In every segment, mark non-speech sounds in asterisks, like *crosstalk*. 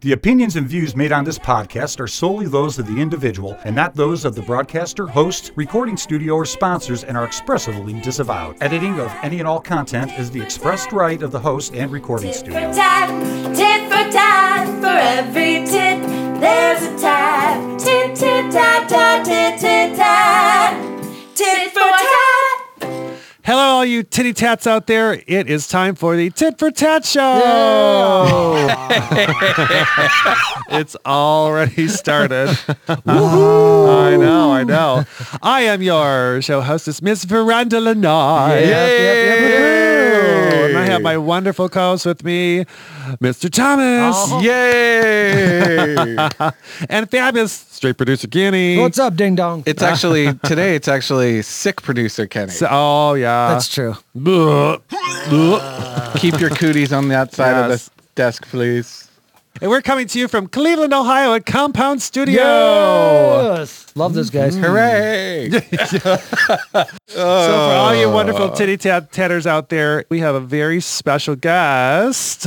The opinions and views made on this podcast are solely those of the individual and not those of the broadcaster, hosts, recording studio, or sponsors and are expressively disavowed. Editing of any and all content is the expressed right of the host and recording Tit for studio. tat, tit for tat, for every tit, there's a tat. Tit, tit, tat, tat, tit, tit, tat. Tit for tat. Hello, all you titty tats out there. It is time for the Tit for Tat Show. *laughs* it's already *laughs* started. Uh, I know, I know. I am your show hostess, Miss Veranda Lenard. And I have my wonderful co-host with me, Mr. Thomas. Oh. Yay! *laughs* And fabulous straight producer Kenny. What's up, ding dong? *laughs* it's actually today. It's actually sick producer Kenny. Ah. So- oh, yeah. That's true. Ugh. Keep your cooties on that side Yes. of the desk, please. And we're coming to you from Cleveland, Ohio at Compound Studio. Yes. Mm-hmm. Love those guys. Mm. Hooray! So for all you Uh. wonderful titty tat tatters out there, we have a very special guest.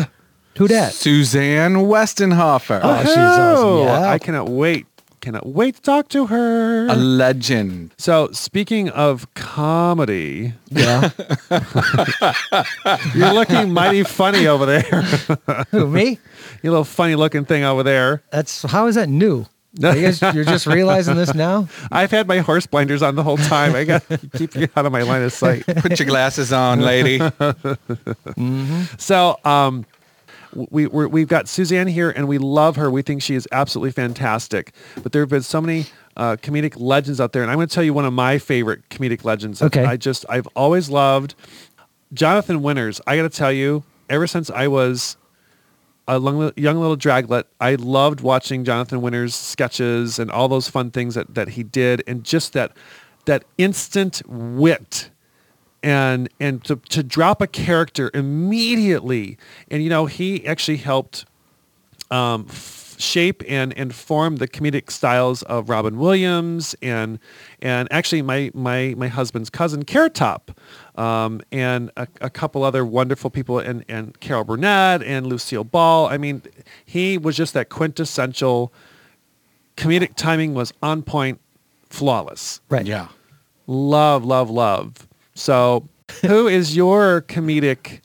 Who dat? Suzanne Westenhofer, she's awesome. Oh, Yeah. I cannot wait. Cannot wait to talk to her. a legend. so speaking of comedy, Yeah. you're looking mighty funny over there. *laughs* Who, me? you little funny looking thing over there. That's how is that *laughs* new? Are You guys, you're just realizing this now? I've had my horse blinders on the whole time. I got to keep you out of my line of sight. Put your glasses on, lady. *laughs* So um, we, we're, we've got Suzanne here, and we love her. We think she is absolutely fantastic. But there have been so many uh, comedic legends out there, and I'm going to tell you one of my favorite comedic legends. that Okay. I just I've always loved Jonathan Winters. I got to tell you, ever since I was a long, young little draglet, I loved watching Jonathan Winters sketches and all those fun things that, that he did, and just that that instant wit and and to, to drop a character immediately and you know he actually helped um, f- shape and and form the comedic styles of Robin Williams and and actually my my my husband's cousin Carrot Top um, and a, a couple other wonderful people and and Carol Burnett and Lucille Ball. I mean, he was just that quintessential comedic timing was on point, flawless. Right. yeah. Love, love, love. So, who is your comedic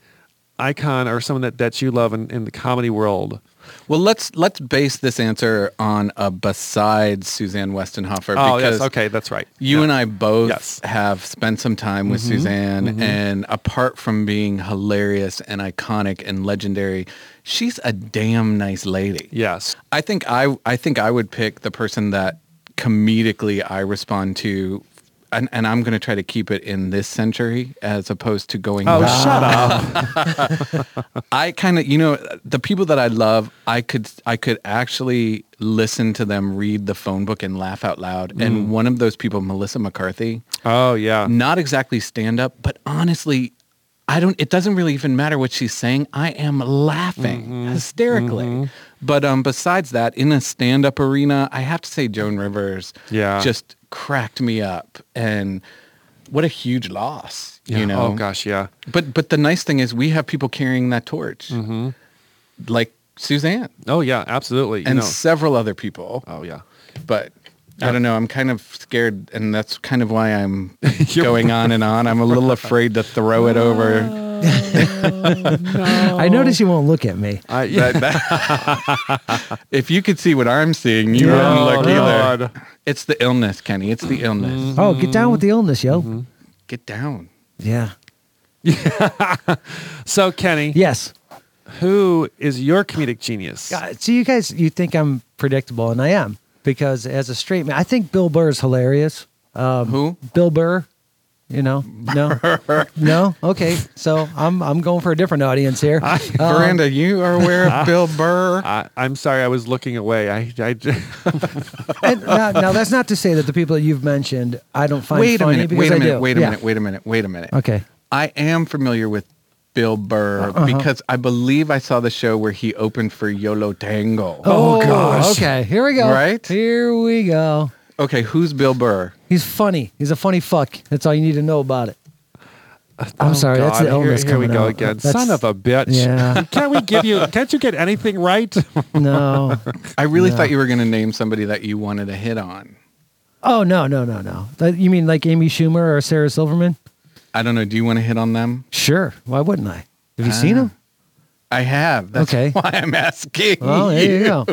icon or someone that, that you love in, in the comedy world? Well, let's let's base this answer on a besides Suzanne Westenhofer. Oh, yes. Okay, that's right. You and I both Yes. Mm-hmm. have spent some time with Suzanne, and apart from being hilarious and iconic and legendary, she's a damn nice lady. Yes. I think I I think I would pick the person that comedically I respond to, and, and I'm going to try to keep it in this century as opposed to going. Oh, back. shut up. *laughs* I kind of you know the people that I love, I could I could actually listen to them read the phone book and laugh out loud. And one of those people, Melissa McCarthy. Oh, yeah. not exactly stand up, but honestly, I don't. It doesn't really even matter what she's saying. I am laughing Mm-hmm. hysterically. But um, besides that, in a stand up arena, I have to say Joan Rivers, Yeah. just cracked me up, and what a huge loss, Yeah. you know. Oh, gosh, yeah. But but the nice thing is we have people carrying that torch, like Suzanne Oh, yeah, absolutely. Mm-hmm. You and know. several other people. Oh, yeah. But I don't know. I'm kind of scared, and that's kind of *laughs* why I'm You're- *laughs* going on and on. I'm a little afraid to throw it over. I notice you won't look at me. I, yeah. *laughs* If you could see what I'm seeing, you Yeah. wouldn't look Oh, either. Lord. It's the illness, Kenny. It's the illness. Oh, get down with the illness, yo. Get down. Yeah. So, Kenny, Yes. who is your comedic genius? God, so you guys, you think I'm predictable, and I am because as a straight man, I think Bill Burr is hilarious. Um, Who? Bill Burr. You know, no, no. Okay, so I'm I'm going for a different audience *laughs* here. Um, Miranda, you are *laughs* aware of Bill Burr. I, I'm sorry, I was looking away. I, I, *laughs* and now, now that's not to say that the people that you've mentioned I don't find Wait a funny minute. because Wait I a minute. do. Wait a Yeah. minute. Wait a minute. Wait a minute. Okay. I am familiar with Bill Burr Uh-huh. because I believe I saw the show where he opened for Yolo Tango. Oh, gosh. Okay, here we go. Right? Here we go. Okay, who's Bill Burr? He's funny. He's a funny fuck. That's all you need to know about it. I'm Oh, sorry, that's the God. illness here, here we coming go out. again. That's- Son of a bitch. Yeah. *laughs* Can't we give you? Can't you get anything right? No. I really Yeah. thought you were going to name somebody that you wanted to hit on. Oh no no no no. That- You mean like Amy Schumer or Sarah Silverman? I don't know. Do you want to hit on them? Sure. Why wouldn't I? Have you seen Ah. them? I have. That's Okay. why I'm asking. Well, there you go.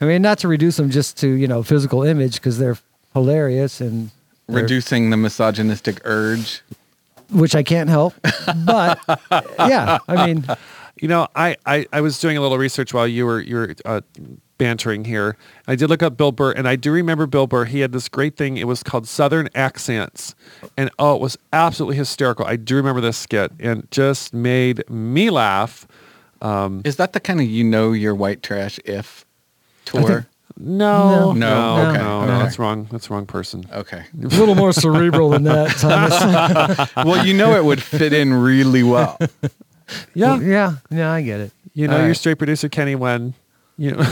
I mean, not to reduce them just to you know physical image because they're hilarious and they're- Reducing the misogynistic urge. which I can't help. *laughs* But yeah, I mean, You know, I, I, I was doing a little research while you were you were uh, bantering here. I did look up Bill Burr, and I do remember Bill Burr. He had this great thing. It was called Southern Accents, and oh, it was absolutely hysterical. I do remember this skit, and just made me laugh. Mm. Is that the kind of you know you're white trash if tour? No, No. No, no, okay, Oh, no, okay. no, that's wrong. That's the wrong person. okay. a little more cerebral than that, *laughs* Thomas. well, you know it would fit in really *laughs* well. Yeah, yeah, yeah, I get it. you know, All your right. straight producer Kenny when you know,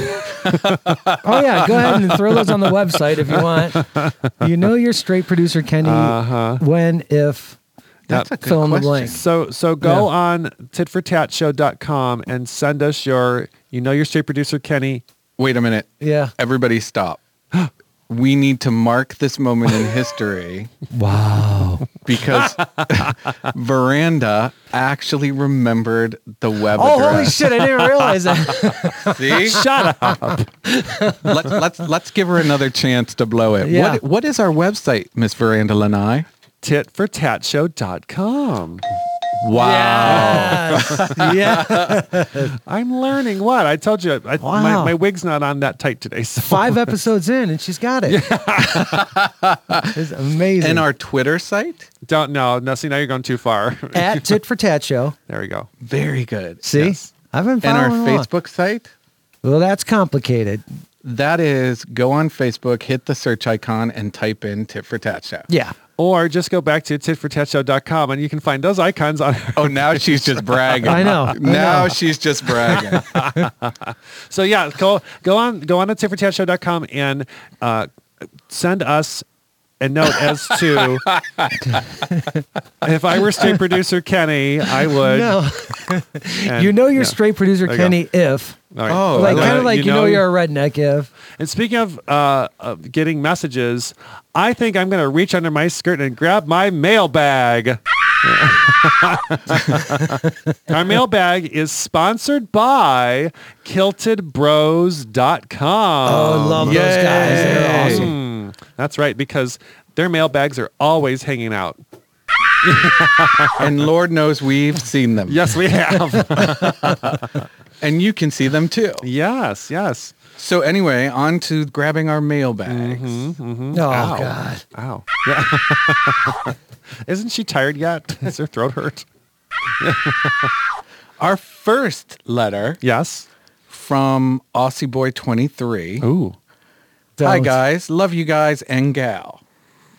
*laughs* Oh yeah, go ahead and throw those on the website if you want. You know your straight producer Kenny Uh-huh. when if That's a good fill in the question. blank. so so go Yeah. on titfortatshow.com and send us your you know your straight producer Kenny Wait a minute. yeah. Everybody stop. We need to mark this moment in history *laughs* Wow. *laughs* because Veranda actually remembered the web Oh holy address. shit! I didn't realize *laughs* *laughs* that. See? Shut up. let's, let's, let's give her another chance to blow it. Yeah. What, what is our website, Miss Veranda Lanai? titfortatshow.com. Wow. Yes. *laughs* yeah. I'm learning what I told you. I, my, Wow. my wig's not on that tight today. So Five episodes in, and she's got *laughs* it. it's amazing. And our Twitter site? *laughs* don't know. No, see now you're going too far. *laughs* At tit for tat show. there we go. Very good. See, I've been And following our along. Facebook site? Well, that's complicated. That is go on Facebook, hit the search icon, and type in Tit for Tat Show. Yeah. Or just go back to titfortatshow.com and you can find those icons on. Oh, now she's just bragging. I know, I Now know. Oh, she's *laughs* just bragging. *laughs* So yeah, go go on go on to titfortatshow.com and uh, send us a note as *laughs* to if I were state producer Kenny, I would. No, *laughs* and- you know your yeah. straight producer There you go. Kenny if. All right. Oh, like I like kind it. of like you know, you're a redneck if. And speaking of, uh, of getting messages, I think I'm going to reach under my skirt and grab my mailbag. *laughs* Our mailbag is sponsored by Oh, kiltedbros.com. love those guys. They're Yay. Hmm. awesome. That's right, because their mailbags are always hanging out. and Lord knows we've seen them. Yes, we *laughs* have. And you can see them too. yes, yes. So anyway, on to grabbing our mailbags. Oh Ow. God. Ow. Yeah. *laughs* Isn't she tired yet? Is her throat hurt? Our first letter Yes. from Aussie Boy 23. Ooh. Hi Don't. guys, love you guys and gal.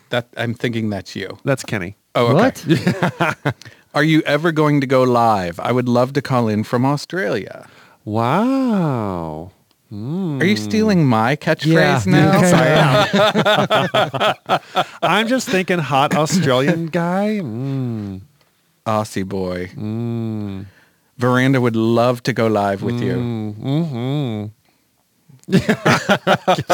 That I'm thinking that's you. That's Kenny. Oh, okay. What? *laughs* Are you ever going to go live? I would love to call in from Australia. Wow. Are you stealing my catchphrase Hmm. Yeah. *laughs* now? Okay. Sorry. I'm just thinking hot Australian guy. Mm. Aussie boy. Hmm. Veranda would love to go live with you. you,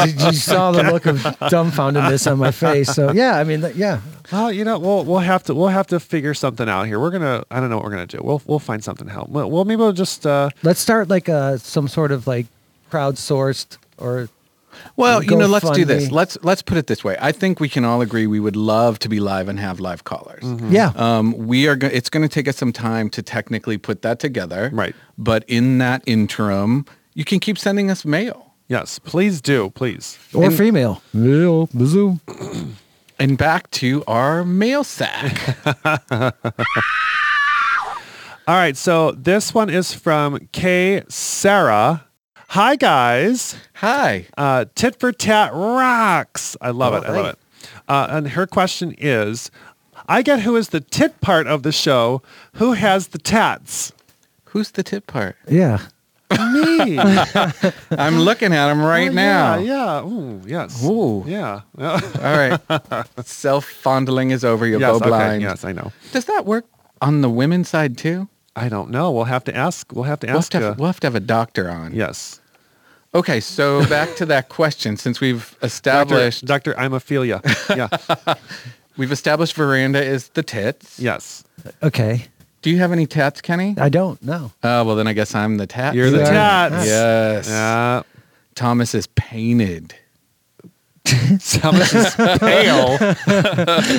you saw the look of dumbfoundedness on my face. So yeah, I mean, yeah, Well, you know, we'll we'll have to we'll have to figure something out here. We're gonna I don't know what we're gonna do. We'll we'll find something out. Well, well maybe we'll just uh, let's start like uh some sort of like crowdsourced or Well, you know, let's do this. GoFundMe. Let's let's put it this way. I think we can all agree we would love to be live and have live callers. yeah. Um, we are. Go- it's going to take us some time to technically put that together. Right. But in that interim, you can keep sending us mail. yes, please do, please. or and- female. Male, bazoo. And back to our *laughs* mail sack. All right, so this one is from K Sarah. Hi guys. Hi. Uh, tit for tat rocks. I love it. I love right. it. Uh, and her question is, I get who is the tit part of the show. Who has the tats? Who's the tip part? Yeah. Me right I'm looking at him right now. Oh, Yeah, yeah. Ooh, yes. Ooh. Yeah. *laughs* yes, All *laughs* right. Self fondling is over. You're bow okay, blind. Yes, I know. Does that work on the women's side too? I don't know. We'll have to ask. We'll have to We'll have ask. to, uh, have, we'll have to have a doctor on. yes. Okay, *laughs* so back to that question. Since we've Doctor, established Doctor, I'm Ophelia. Yeah. we've established veranda is the tits. yes. Okay. Do you have any tats, Kenny? I don't know. Uh, well, then I guess I'm the tat. You're the You are- tats. Yes. Uh, Thomas is painted. Thomas is pale. *laughs*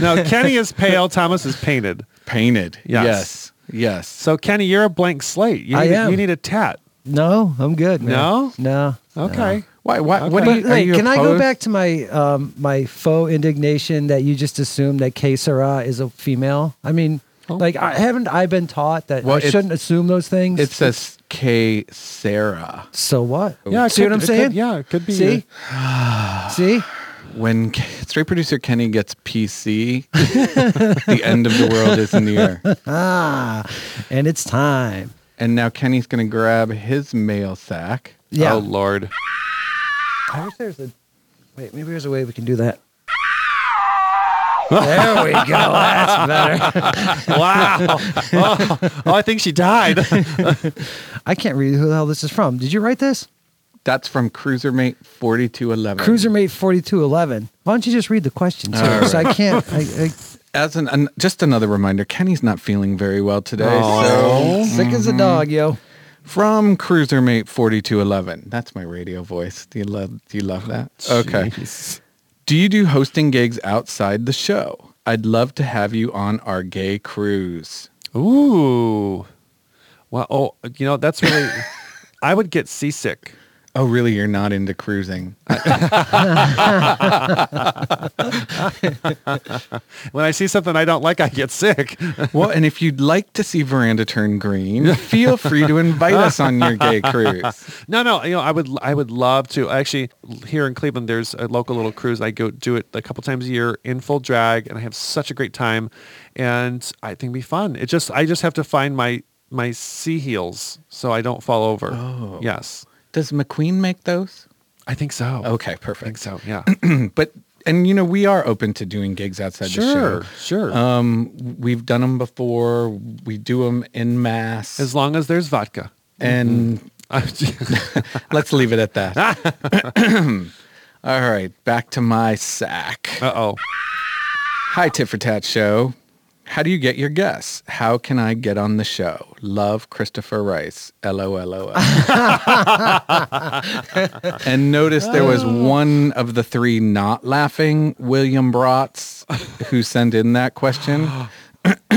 no, Kenny is pale. Thomas is painted. Painted. Yes. Yes. Yes. So Kenny, you're a blank slate. You I need, am. You need a tat. No, I'm good. man. No? No. Okay. Why? Why? But What do you, are wait, you can I go opposed- back to my um, my faux indignation that you just assumed that K Sarah is a female? I mean, Oh. like, I, haven't I been taught that Well, I it's- shouldn't assume those things? It says K. Sarah. so what? Yeah. Oh. it see could- what I'm it could- saying? yeah, it could be. See, *sighs* see, When K- straight producer Kenny gets PC, the end of the world is near. ah, and it's time. And now Kenny's going to grab his mail sack. Yeah. Oh Lord. I wish there's a wait. Maybe there's a way we can *laughs* do that. there we go. *laughs* That's better. wow. *laughs* Oh, oh, I think she died. I can't read who the hell this is from. Did you write this? That's from Cruisermate 4211. Cruiser Mate 4211. Why don't you just read the question, sir? All 'Cause I can't. I, I, As an, an just another reminder, Kenny's not feeling very well today. Oh. So sick as a dog, yo. from Cruisermate 4211. That's my radio voice. Do you love do you love that? Oh, Okay. Do you do hosting gigs outside the show? I'd love to have you on our gay cruise. Ooh. Well, oh, you know that's really. *laughs* I would get seasick. Oh, really? You're not *laughs* into cruising? When I see something I don't like, I get sick. *laughs* Well, and if you'd like to see Veranda turn green, feel free to invite us on your *laughs* gay cruise. No, no, you know, I would, I would love to. Actually, here in Cleveland, there's a local little cruise. I go do it a couple times a year in full drag, and I have such a great time. And I think it'd be fun. It just, I just have to find my my sea heels so I don't fall over. Oh, yes, Does McQueen make those? I think so. Okay, I think perfect. so. *clears throat* Yeah, But and you know we are open to doing gigs outside sure, the show. sure. Um, we've done them before. We do them in mass, as mm-hmm. long as there's vodka. *laughs* and *laughs* let's leave it at that. *laughs* All right, back to my sack. Uh oh. Hi, Tit for Tat Show. How do you get your guests? How can I get on the show? Love Christopher Rice. LOLOL. *laughs* and notice there was Oh. one of the three not laughing, William Bratz, who sent in that question. *gasps* *clears throat*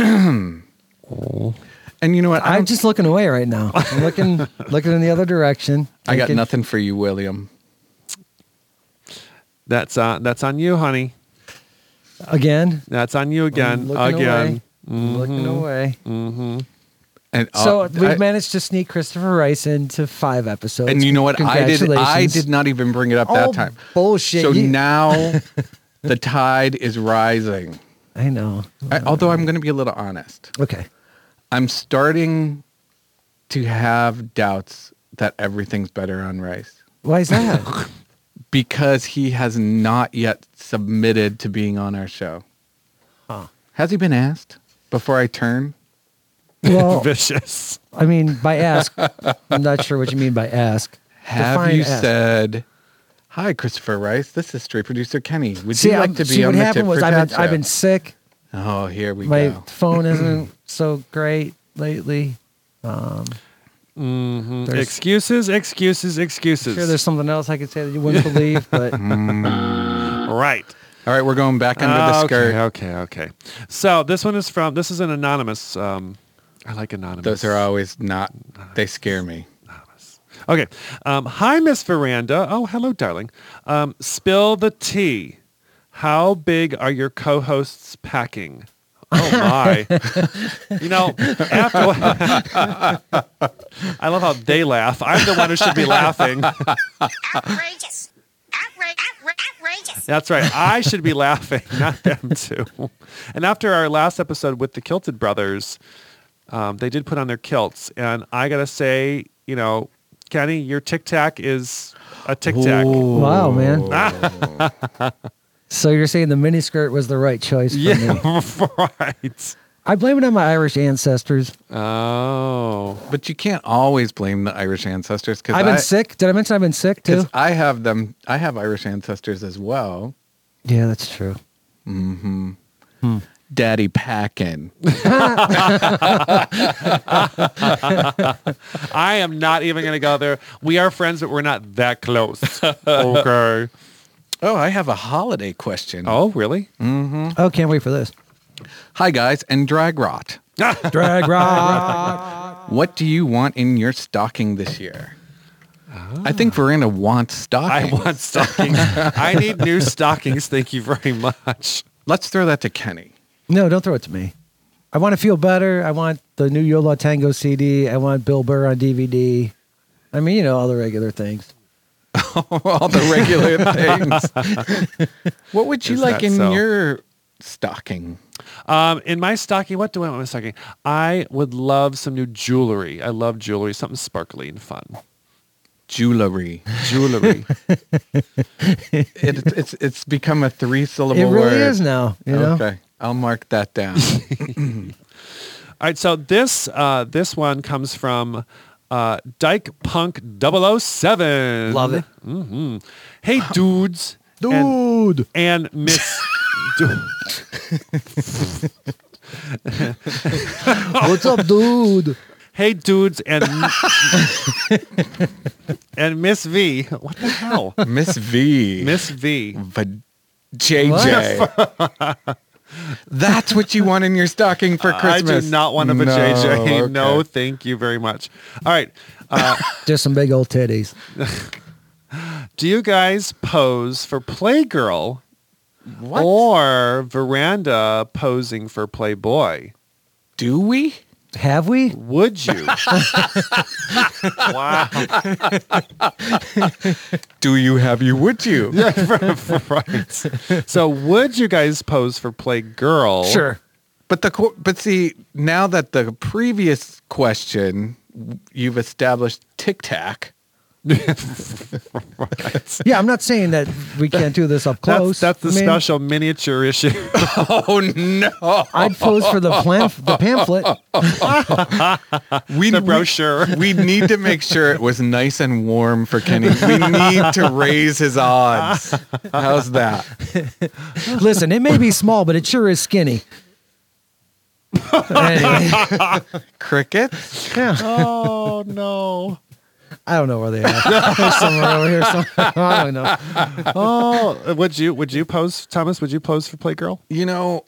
and you know what? I, I'm don't- just looking away right now. *laughs* I'm looking, looking in the other direction. I got thinking, nothing for you, William. That's on. That's on you, honey. again. That's on you again. I'm looking again. away. I'm Looking away. And uh, So we've Mm-hmm. I- managed to sneak Christopher Rice into five episodes. and you know what? I did. I Congratulations. did not even bring it up Oh, that time. Bullshit. So You- *laughs* now the tide is rising. I know. I, although I'm going to be a little honest, Okay. I'm starting to have doubts that everything's better on Rice Why is *laughs* that? because he has not yet submitted to being on our show. Has he been asked before I turn? well, Vicious. I mean, by ask, I'm not sure what you mean by ask. Have Define you ask. said, "Hi, Christopher Rice. This is straight producer Kenny. Would See, you like I'm- to be see, on what the happened Tit was for I've Tat been, I've been show?" sick. Oh, here we My go. *laughs* phone isn't so great lately. Mm-hmm. Um, there's- Excuses, excuses, I'm excuses. sure there's something else I could say that you wouldn't believe, *laughs* but right. All right, we're going back under the skirt. Ah, Okay, okay, okay. So this one is from, this is an anonymous. Um, I like anonymous. Those are always not. They scare me. Okay. Um, hi, Miss Veranda. Oh, hello, darling. Um, spill the tea. How big are your co-hosts packing? Oh my! you know, after *laughs* I love how they laugh. I'm the one who should be laughing. outrageous. Outra- outra- outrageous. That's right. I should be laughing, *laughs* not them too. And after our last episode with the Kilted Brothers, um, they did put on their kilts, and I gotta say, you know, Kenny, your tic tac is a tic tac. Wow, man. *laughs* so you're saying the miniskirt was the right choice for me? Yeah, *laughs* right. I blame it on my Irish ancestors. Oh, But you can't always blame the Irish ancestors because I've been I, sick. Did I mention I've been sick too? 'cause I have them. I have Irish ancestors as well. Yeah, that's true. Daddy Packin. I am not even going to go there. We are friends, but we're not that *laughs* close. okay. Oh, I have a holiday question. Oh, *laughs* really? Oh, can't wait for this. Hi guys, and drag rot. *laughs* Drag rock. What do you want in your stocking this year? I think Verena wants I stockings. want stockings. I need new stockings. Thank you very much. *laughs* Let's throw that to Kenny. no, don't throw it to me. I want to feel better. I want the new Yola Tango CD. I want Bill Burr on DVD. I mean, you know, all the regular things. All the regular things. what would you Is like that in so? your stocking? Um, in my stocking, what do I want in my stocking? I would love some new jewelry. I love jewelry, something sparkly and fun. Jewelry. *laughs* Jewelry. It, it's it's become a three syllable It word. really is now. You know? Okay, I'll mark *laughs* that down. All right, so this uh, this one comes from uh, Dyke Punk 007. Love it. hmm Hey, dudes. Dude. And, and Miss. Du- What's up, dude? hey, dudes and and Miss V. What the hell, Miss V. Miss V? V- JJ. *laughs* That's what you want in your stocking for Christmas. I do not want a No, vajayjay. JJ. No, okay. thank you very much. All right, uh, Just some big old titties. do you guys pose for Playgirl What? or Veranda posing for Playboy? Do we? Have we? Would *laughs* you? wow. *laughs* Do you have you? *laughs* Would you? right. So would you guys pose for Play Girl? But the qu- but see now that the previous question you've established tic tac. Yeah, I'm not saying that we can't do this up That's, close. that's the I mean, special miniature issue. Oh no! I'd pose for the *laughs* planf- the pamphlet. We the brochure. *laughs* We need to make sure it was nice and warm for Kenny. We need to raise his odds. How's that? Listen, it may be small, but it sure is skinny. *laughs* Anyway, Cricket? oh no. I don't know where they are. *laughs* They're somewhere over here. Somewhere. I don't know. Oh, would you would you pose Thomas, would you pose for Play Girl? You know,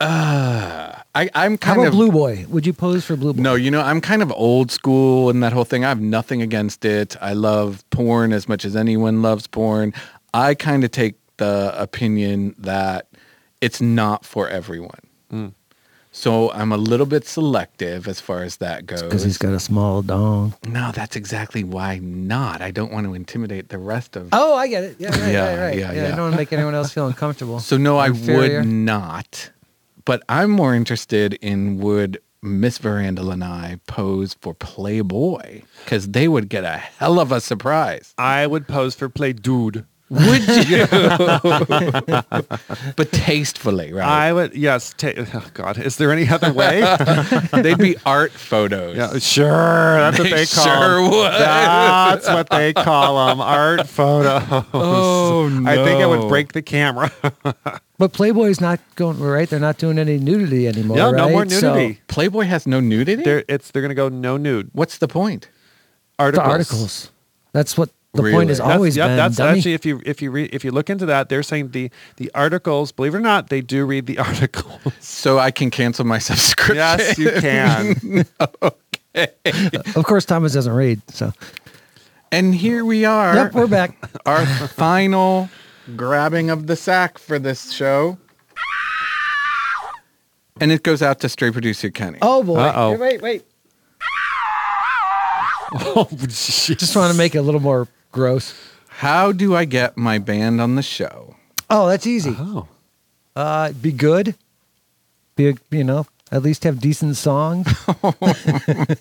uh, I, I'm How kind about of Blue Boy? Would you pose for Blue Boy? No, you know, I'm kind of old school and that whole thing. I have nothing against it. I love porn as much as anyone loves porn. I kind of take the opinion that it's not for everyone. Mm. So I'm a little bit selective as far as that because goes. he's got a small dong. no, that's exactly why not. I don't want to intimidate the rest of. Oh, I get it. Yeah, right, Yeah, right, right. yeah, Yeah, yeah. I don't want to make anyone else feel uncomfortable. *laughs* So no, I Inferior. would not. But I'm more interested in would Miss Verandel and I pose for Playboy because they would get a hell of *laughs* a surprise. I would pose for Play Dude. Would you? but tastefully, right? I would yes, ta- oh god. Is there any other *laughs* way? They'd be art photos. yeah, sure. That's what *laughs* they call 'em. sure would. That's what they call *laughs* them. Art photos. Oh no! I think it would break the camera. but Playboy's not going right. They're not doing any nudity anymore. No, no right? more So- nudity. Playboy has no nudity. They're it's they're gonna go no nude What's the point? articles. the articles. That's what the Really? point has That's, always yep, been. that's dummy. actually if you if you re, if you look into that, they're saying the the articles. Believe it or not, they do read the *laughs* articles. So I can cancel my *laughs* subscription. yes, you *laughs* can. of course, Thomas doesn't read. So, And here we are. yep, we're back. *laughs* our final grabbing of the sack for this show. And it goes out to Stray Producer Kenny. Oh boy! Uh-oh. Wait, wait. oh, jeez. Just want to make it a little more gross. How do I get my band on the show? Oh, that's easy. Oh, Uh, be good. Be you know at least have decent *laughs* *laughs* songs? I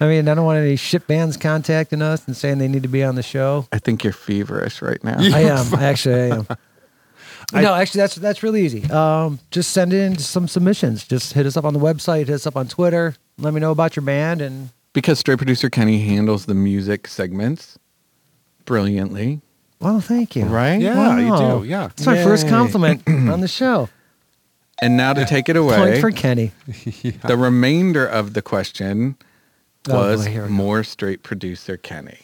mean, I don't want any shit bands contacting us and saying they need to be on the show. I think you're feverish right now. I *laughs* am actually. I am. no, actually, that's that's really easy. Um, just send in some submissions. Just hit us up on the website. Hit us up on Twitter. Let me know about your band and Because Stray Producer Kenny handles the music segments brilliantly, well, thank you. right? Yeah, Wow. you do. Yeah. It's my first Yay. *clears throat* compliment on the show. And now to take it Point away, for Kenny. the remainder of the question Oh, was boy, here we go. more straight producer Kenny.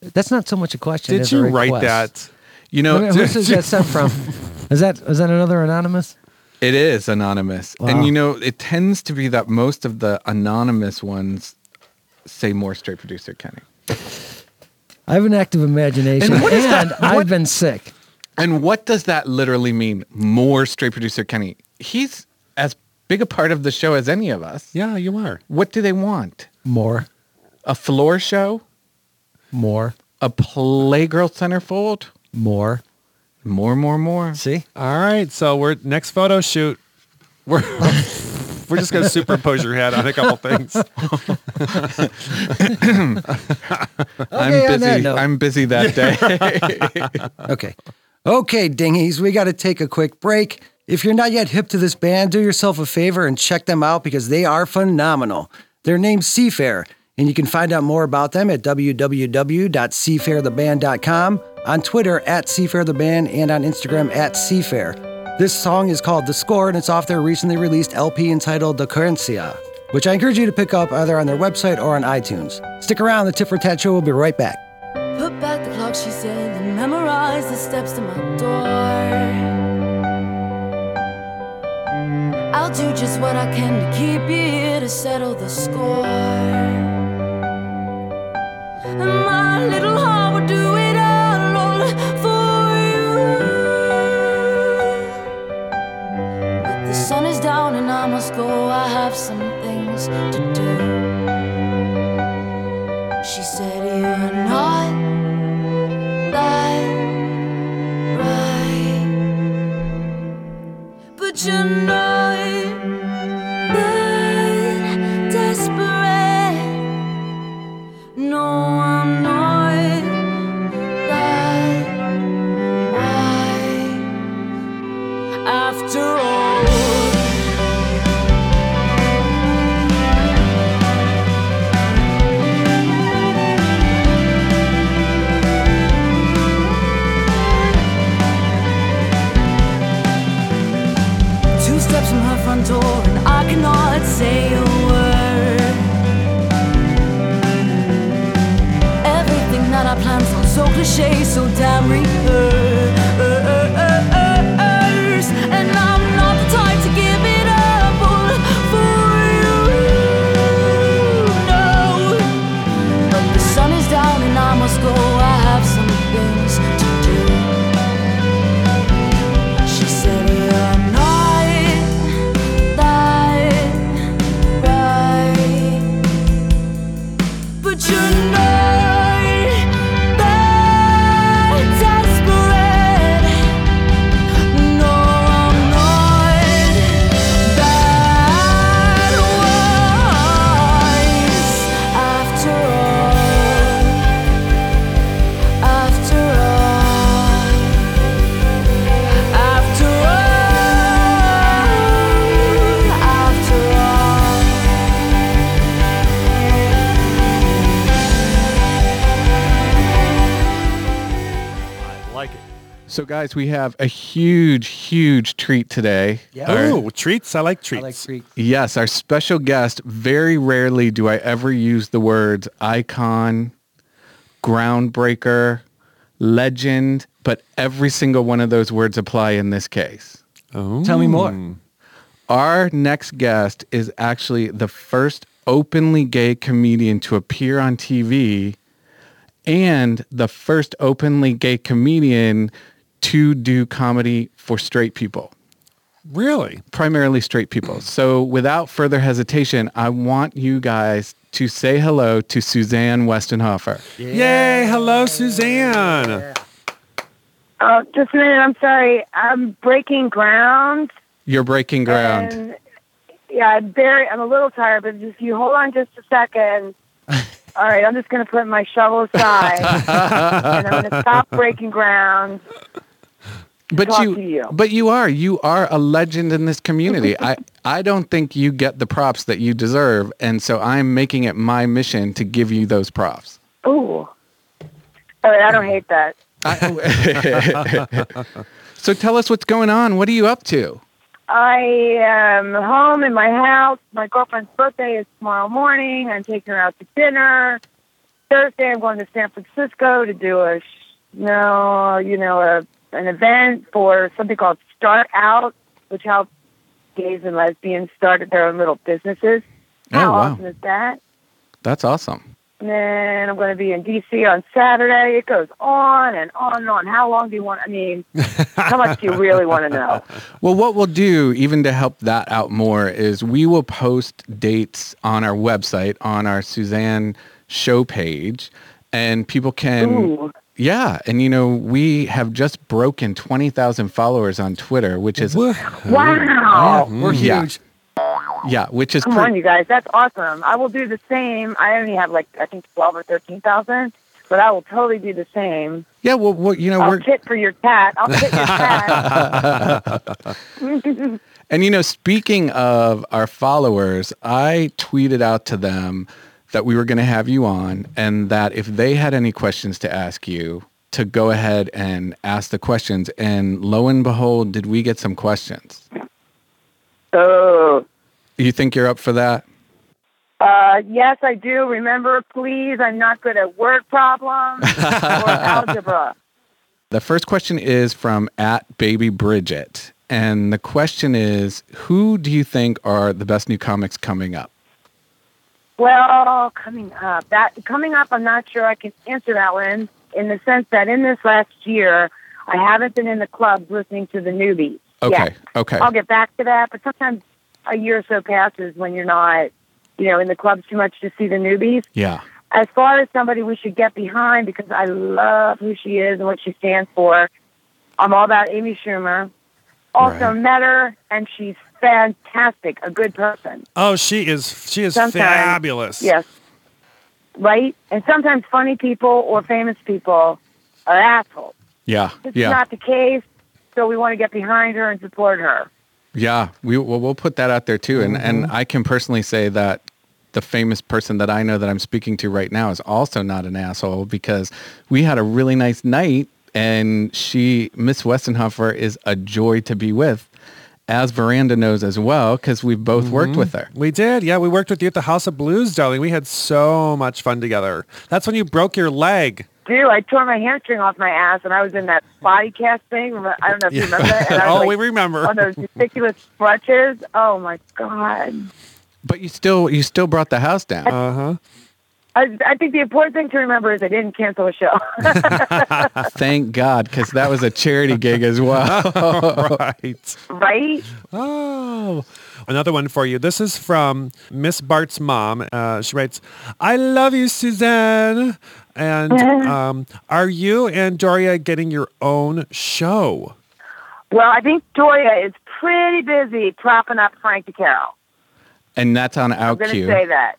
That's not so much a question. Did as a you write request. that? You Who know, is that sent from? Is that is that another anonymous? It is anonymous. Wow. And you know, it tends to be that most of the anonymous ones say more straight producer Kenny. I have an active imagination, and, And what is that- I've what- been sick. And what does that literally mean? More straight producer Kenny. He's as big a part of the show as any of us. Yeah, you are. What do they want? More, A floor show? more, A playgirl centerfold? more. More, more, more. See, All right. So we're next photo shoot. We're *laughs* we're just gonna superimpose your head on a couple things. Okay, on I'm that busy. note. I'm busy that *laughs* day. Okay. Okay, dingies, we got to take a quick break. If you're not yet hip to this band, do yourself a favor and check them out because they are phenomenal. Their name's Seafair, and you can find out more about them at www.seafairtheband.com, on Twitter at seafairtheband, and on Instagram at seafair. This song is called The Score, and it's off their recently released LP entitled The Currencia, which I encourage you to pick up either on their website or on iTunes. Stick around, the Tit for Tat Show will be right back. Put back the clock, she said, and memorize the steps to my door. I'll do just what I can to keep you here to settle the score. And my little heart will do it all, all for you. But the sun is down and I must go, I have some things to do. She said, You're not that right, but you're not that desperate. No, I'm not that right after all. Two steps from her front door, and I cannot say a word. Everything that I plan sounds so cliche, so damn rehearsed. And I'm not the type to give it up all for you. No, but the sun is down, and I must go. I have some things to do. She said you're not that right, but you're not that desperate. No, I'm not that wise. After all, after all. After all, after all. so, guys, we have a huge, huge treat today. Yeah. Our- Ooh, treats. I like treats. Yes, our special guest. Very rarely do I ever use the words icon, groundbreaker, legend, but every single one of those words apply in this case. Tell me more. Our next guest is actually the first openly gay comedian to appear on TV and the first openly gay comedian to do comedy for straight people *laughs* Really? primarily straight people. So without further hesitation, I want you guys to say hello to Suzanne Westenhofer. Yay! Hello, Suzanne. Oh, just a minute. I'm sorry. I'm breaking ground. You're breaking ground. And yeah, I'm very, I'm a little tired, but if you hold on just a second. All right, I'm just going to put my shovel aside, and I'm going to stop breaking ground. But Talk you, to you. but you are you are a legend in this community. *laughs* I I don't think you get the props that you deserve, and so I'm making it my mission to give you those props. Ooh. All right, I don't hate that. So tell us what's going on. What are you up to? I am home in my house. My girlfriend's birthday is tomorrow morning. I'm taking her out to dinner. Thursday, I'm going to San Francisco to do a, sh- no, you know, a, an event for something called Start Out, which helps gays and lesbians start their own little businesses. Oh, How wow. awesome is that? That's awesome. And then I'm going to be in D.C. on Saturday. It goes on and on and on. How long do you want? I mean, how much do you really want to know? *laughs* Well, what we'll do, even to help that out more, is we will post dates on our website on our Suzanne show page, and people can. Ooh. Yeah, and you know we have just broken twenty thousand followers on Twitter, which is Wow. Oh, We're huge. Yeah. yeah, which is Come pretty, on, you guys. That's awesome. I will do the same. I only have like, I think 12 or 13,000, but I will totally do the same. yeah. Well, well, you know I'll we're tit for your cat. I'll tit *laughs* your cat. And you know, speaking of our followers, I tweeted out to them that we were going to have you on and that if they had any questions to ask you, to go ahead and ask the questions. And lo and behold, did we get some questions? So, You think you're up for that? uh, yes, I do. Remember, please, I'm not good at word problems *laughs* or algebra. The first question is from at baby Bridget. And the question is, who do you think are the best new comics coming up? Well, coming up, that coming up, I'm not sure I can answer that one in the sense that in this last year, I haven't been in the clubs listening to the newbies. Okay. yet. Okay. I'll get back to that. But sometimes a year or so passes when you're not, you know, in the clubs too much to see the newbies. Yeah. As far as somebody we should get behind, because I love who she is and what she stands for, I'm all about Amy Schumer. Also Right. met her, and she's fantastic, a good person. Oh, she is she is Sometimes. fabulous. Yes. Right? And sometimes funny people or famous people are assholes. Yeah. This yeah. is not the case, so we want to get behind her and support her. Yeah, we well, we'll put that out there too, and Mm-hmm. and I can personally say that the famous person that I know that I'm speaking to right now is also not an asshole because we had a really nice night, and she Miss Westenhofer is a joy to be with, as Veranda knows as well because we've both Mm-hmm. worked with her. We did. Yeah, we worked with you at the House of Blues, darling. We had so much fun together. That's when you broke your leg. Dude, I tore my hamstring off my ass, and I was in that body cast thing. I don't know if you remember *laughs* that. And I Oh, was, we like, remember. On those ridiculous crutches. Oh my god! But you still you still brought the house down. Uh. I, I think the important thing to remember is I didn't cancel a show. *laughs* *laughs* Thank God because that was a charity gig *laughs* as well. right. right? Oh, another one for you. This is from Miss Bart's mom. Uh, she writes, I love you, Suzanne. And um, are you and Doria getting your own show? Well, I think Doria is pretty busy propping up Frank DeCaro. and that's on I'm going to OutQ. say that.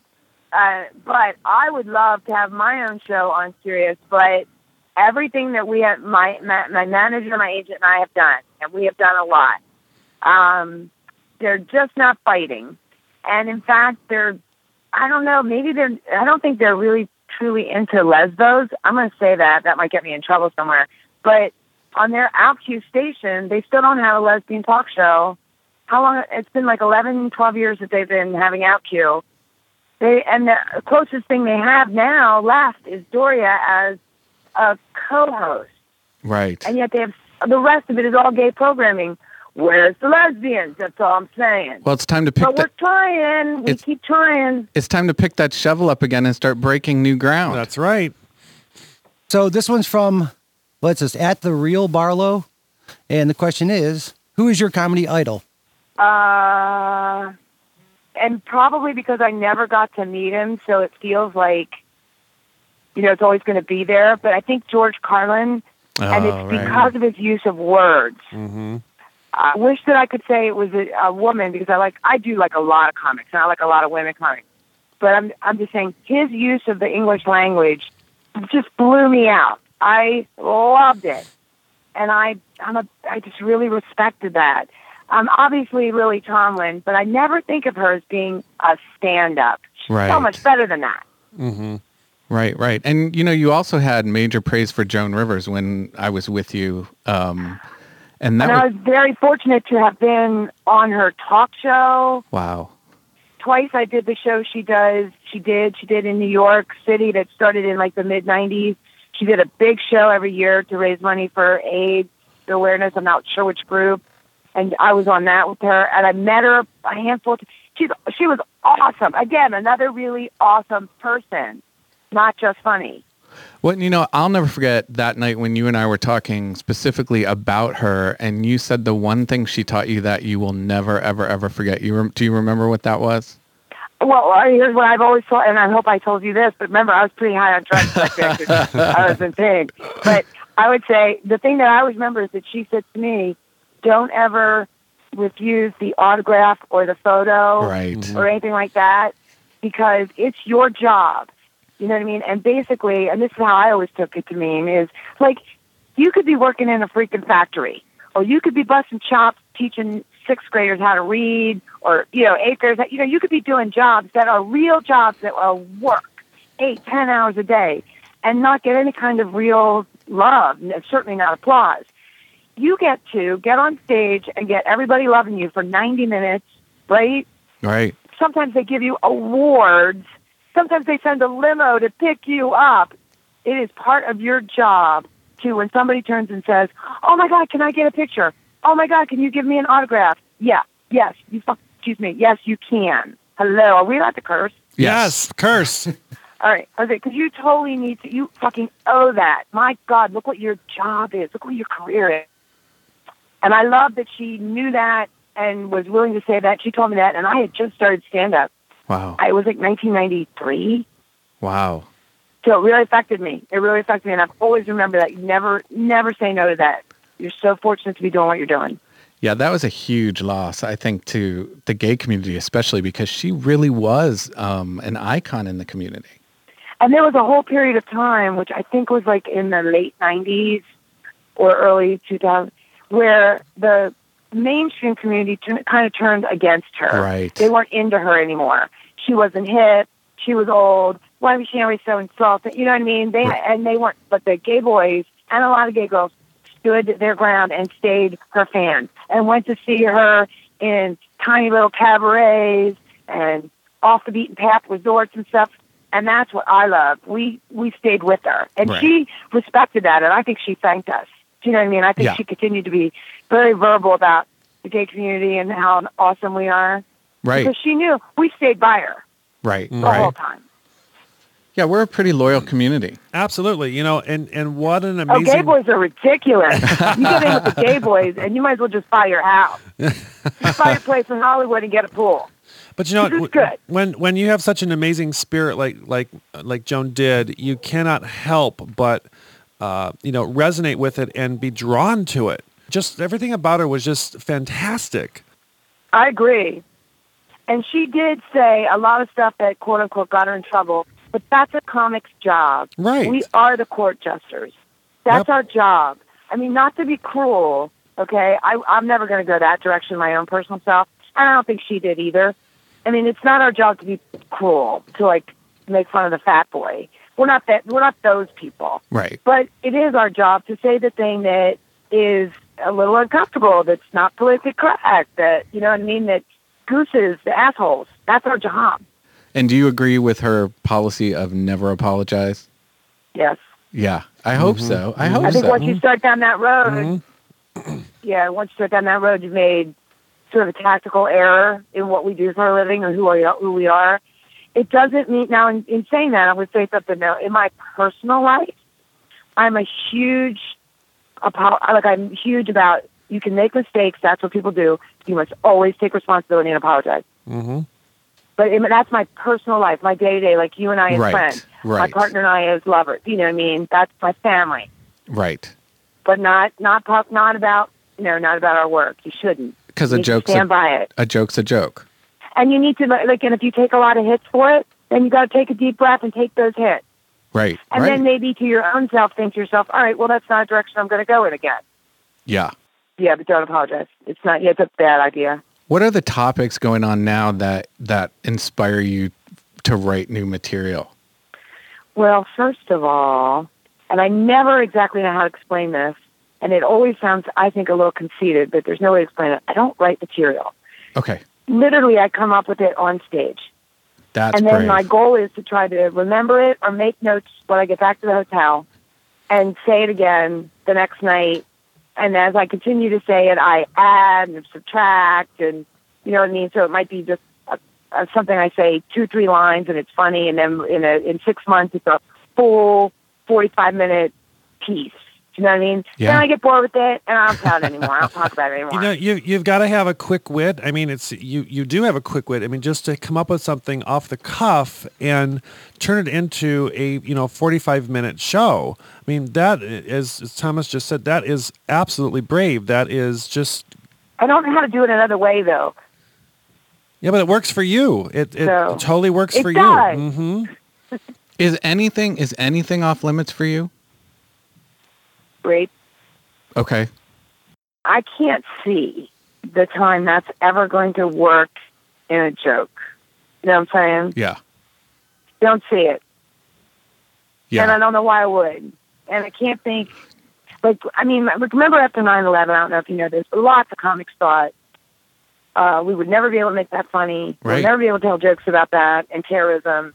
Uh, but I would love to have my own show on Sirius. But everything that we have, my my, my manager, my agent, and I have done, and we have done a lot. Um, they're just not fighting, and in fact, they're. I don't know. Maybe they're. I don't think they're really truly into lesbos. I'm going to say that. That might get me in trouble somewhere. But on their OutQ station, they still don't have a lesbian talk show how long it's been like 11 12 years that they've been having out q they and the closest thing they have now left is doria as a co-host Right. and yet they have the rest of it is all gay programming where's the lesbians that's all i'm saying Well, it's time to pick but we're that. trying we It's- keep trying It's time to pick that shovel up again and start breaking new ground. That's right. So this one's from, what's this, at the real Barlow. And the question is, who is your comedy idol? uh and probably because i never got to meet him so it feels like you know it's always going to be there but i think george carlin and it's Oh, right. Mm-hmm. because of his use of words. I wish that I could say it was a, a woman because I like I do like a lot of comics and I like a lot of women comics. But I'm I'm just saying his use of the English language just blew me out. I loved it, and I I'm a I just really respected that. Um, obviously Lily Tomlin, but I never think of her as being a stand-up. She's Right. so much better than that. Right, right. And you know, you also had major praise for Joan Rivers when I was with you. Um, and that and I was, was very fortunate to have been on her talk show. wow. Twice I did the show she does. She did. She did in New York City that started in like the mid 90s. She did a big show every year to raise money for AIDS awareness. I'm not sure which group. And I was on that with her. And I met her a handful of times. She's, she was awesome. Again, another really awesome person, not just funny. Well, you know, I'll never forget that night when you and I were talking specifically about her, and you said the one thing she taught you that you will never, ever, ever forget. You rem- do you remember what that was? Well, I- here's what I've always told, and I hope I told you this, but remember, I was pretty high on drugs back then 'cause I was insane. But I would say the thing that I always remember is that she said to me, don't ever refuse the autograph or the photo Right. Mhm. or anything like that because it's your job. You know what I mean? And basically, and this is how I always took it to mean is like you could be working in a freaking factory or you could be busting chops teaching sixth graders how to read or, you know, eighth graders. You know, you could be doing jobs that are real jobs that are work eight, ten hours a day and not get any kind of real love, and certainly not applause. You get to get on stage and get everybody loving you for 90 minutes, right? Right. sometimes they give you awards. Sometimes they send a limo to pick you up. It is part of your job to when somebody turns and says, "Oh my God, can I get a picture? Oh my God, can you give me an autograph?" Yeah, yes, you. fu- Excuse me. Yes, you can. Hello, are we allowed to curse? Yes, curse. All right, Jose, because you totally need to. You fucking owe that. My God, look what your job is. Look what your career is. And I love that she knew that and was willing to say that. She told me that, and I had just started stand up. Wow. I it was like 1993. Wow. So it really affected me. It really affected me, and I've always remembered that. You never, never say no to that. You're so fortunate to be doing what you're doing. Yeah, that was a huge loss, I think, to the gay community, especially because she really was um, an icon in the community. And there was a whole period of time, which I think was like in the late 90s or early 2000s, where the mainstream community t- kind of turned against her. Right. They weren't into her anymore. She wasn't hip. She was old. Why was she always so insulting? You know what I mean? They and they weren't. But the gay boys and a lot of gay girls stood their ground and stayed her fan and went to see her in tiny little cabarets and off the beaten path resorts and stuff. And that's what I love. We we stayed with her, and Right. she respected that, and I think she thanked us. Do you know what I mean? I think Yeah. she continued to be very verbal about the gay community and how awesome we are. Right. Because she Oh. knew we stayed by her Right. the whole Right. time. Yeah, we're a pretty loyal community. Absolutely. You know, and and what an Oh, amazing gay boys are ridiculous. you get in with the gay boys, and you might as well just buy *laughs* your house. Just buy a place in Hollywood and get a pool. But you know, This is what, good. when when you have such an amazing spirit like like like Joan did, you cannot help but uh, you know resonate with it and be drawn to it. Just everything about her was just fantastic. I agree. And she did say a lot of stuff that quote unquote got her in trouble, but that's a comic's job. Right. We are the court jesters. That's Yep. our job. I mean, not to be cruel, okay? I, I'm never going to go that direction, my own personal self. And I don't think she did either. I mean, it's not our job to be cruel, to like make fun of the fat boy. We're not that, we're not those people. Right. But it is our job to say the thing that is a little uncomfortable, that's not politically correct, that, you know what I mean, that gooses, the assholes. That's our job. And do you agree with her policy of never apologize? Yes. Yeah, I hope so. I hope Mm-hmm. I think so. once you start down that road, Hmm? *clears throat* yeah, once you start down that road, you've made sort of a tactical error in what we do for a living or who, are, who we are. It doesn't mean, now in, in saying that, I'm going to say something now. In my personal life, I'm a huge, apo- like I'm huge about, you can make mistakes, that's what people do. You must always take responsibility and apologize. Mm-hmm. But it, that's my personal life, my day to day, like you and I as Right, friends, my right. partner and I as lovers. You know what I mean? That's my family right. but not not talk not about no, not about our work. You shouldn't. 'Cause You a need to joke's stand by it. A joke's a joke. And you need to like, like, and if you take a lot of hits for it, then you got to take a deep breath and take those hits. Right. And right. then maybe to your own self, think to yourself, all right, well, that's not a direction I'm going to go in again. yeah. Yeah, but don't apologize. It's not. Yeah, it's a bad idea. What are the topics going on now that that inspire you to write new material? Well, first of all, and I never exactly know how to explain this, and it always sounds, I think, a little conceited, but there's no way to explain it. I don't write material. Okay. Literally, I come up with it on stage. That's and then brave. my goal is to try to remember it or make notes when I get back to the hotel and say it again the next night. And as I continue to say it, I add and subtract and, you know what I mean? So it might be just a, a, something I say two, three lines and it's funny. And then in a, in six months, it's a full 45 minute piece. Do You know what I mean? Yeah. Then I get bored with it and I don't tell it anymore. I don't talk about it anymore. *laughs* You know, you you've got to have a quick wit. I mean, it's you you do have a quick wit. I mean, just to come up with something off the cuff and turn it into a you know forty five minute show. I mean, that i- is as Thomas just said, that is absolutely brave. That is just I don't know how to do it another way, though. yeah, but it works for you. It it No. totally works It for does. you. hmm is anything is anything off limits for you? Right? Okay. I can't see the time that's ever going to work in a joke. You know what I'm saying? Yeah. Don't see it. And I Yeah. don't know why I would. And I can't think, like, I mean, like, remember after 9 11, I don't know if you know this, but lots of comics thought uh, we would never be able to make that funny. Right. We'd never be able to tell jokes about that and terrorism.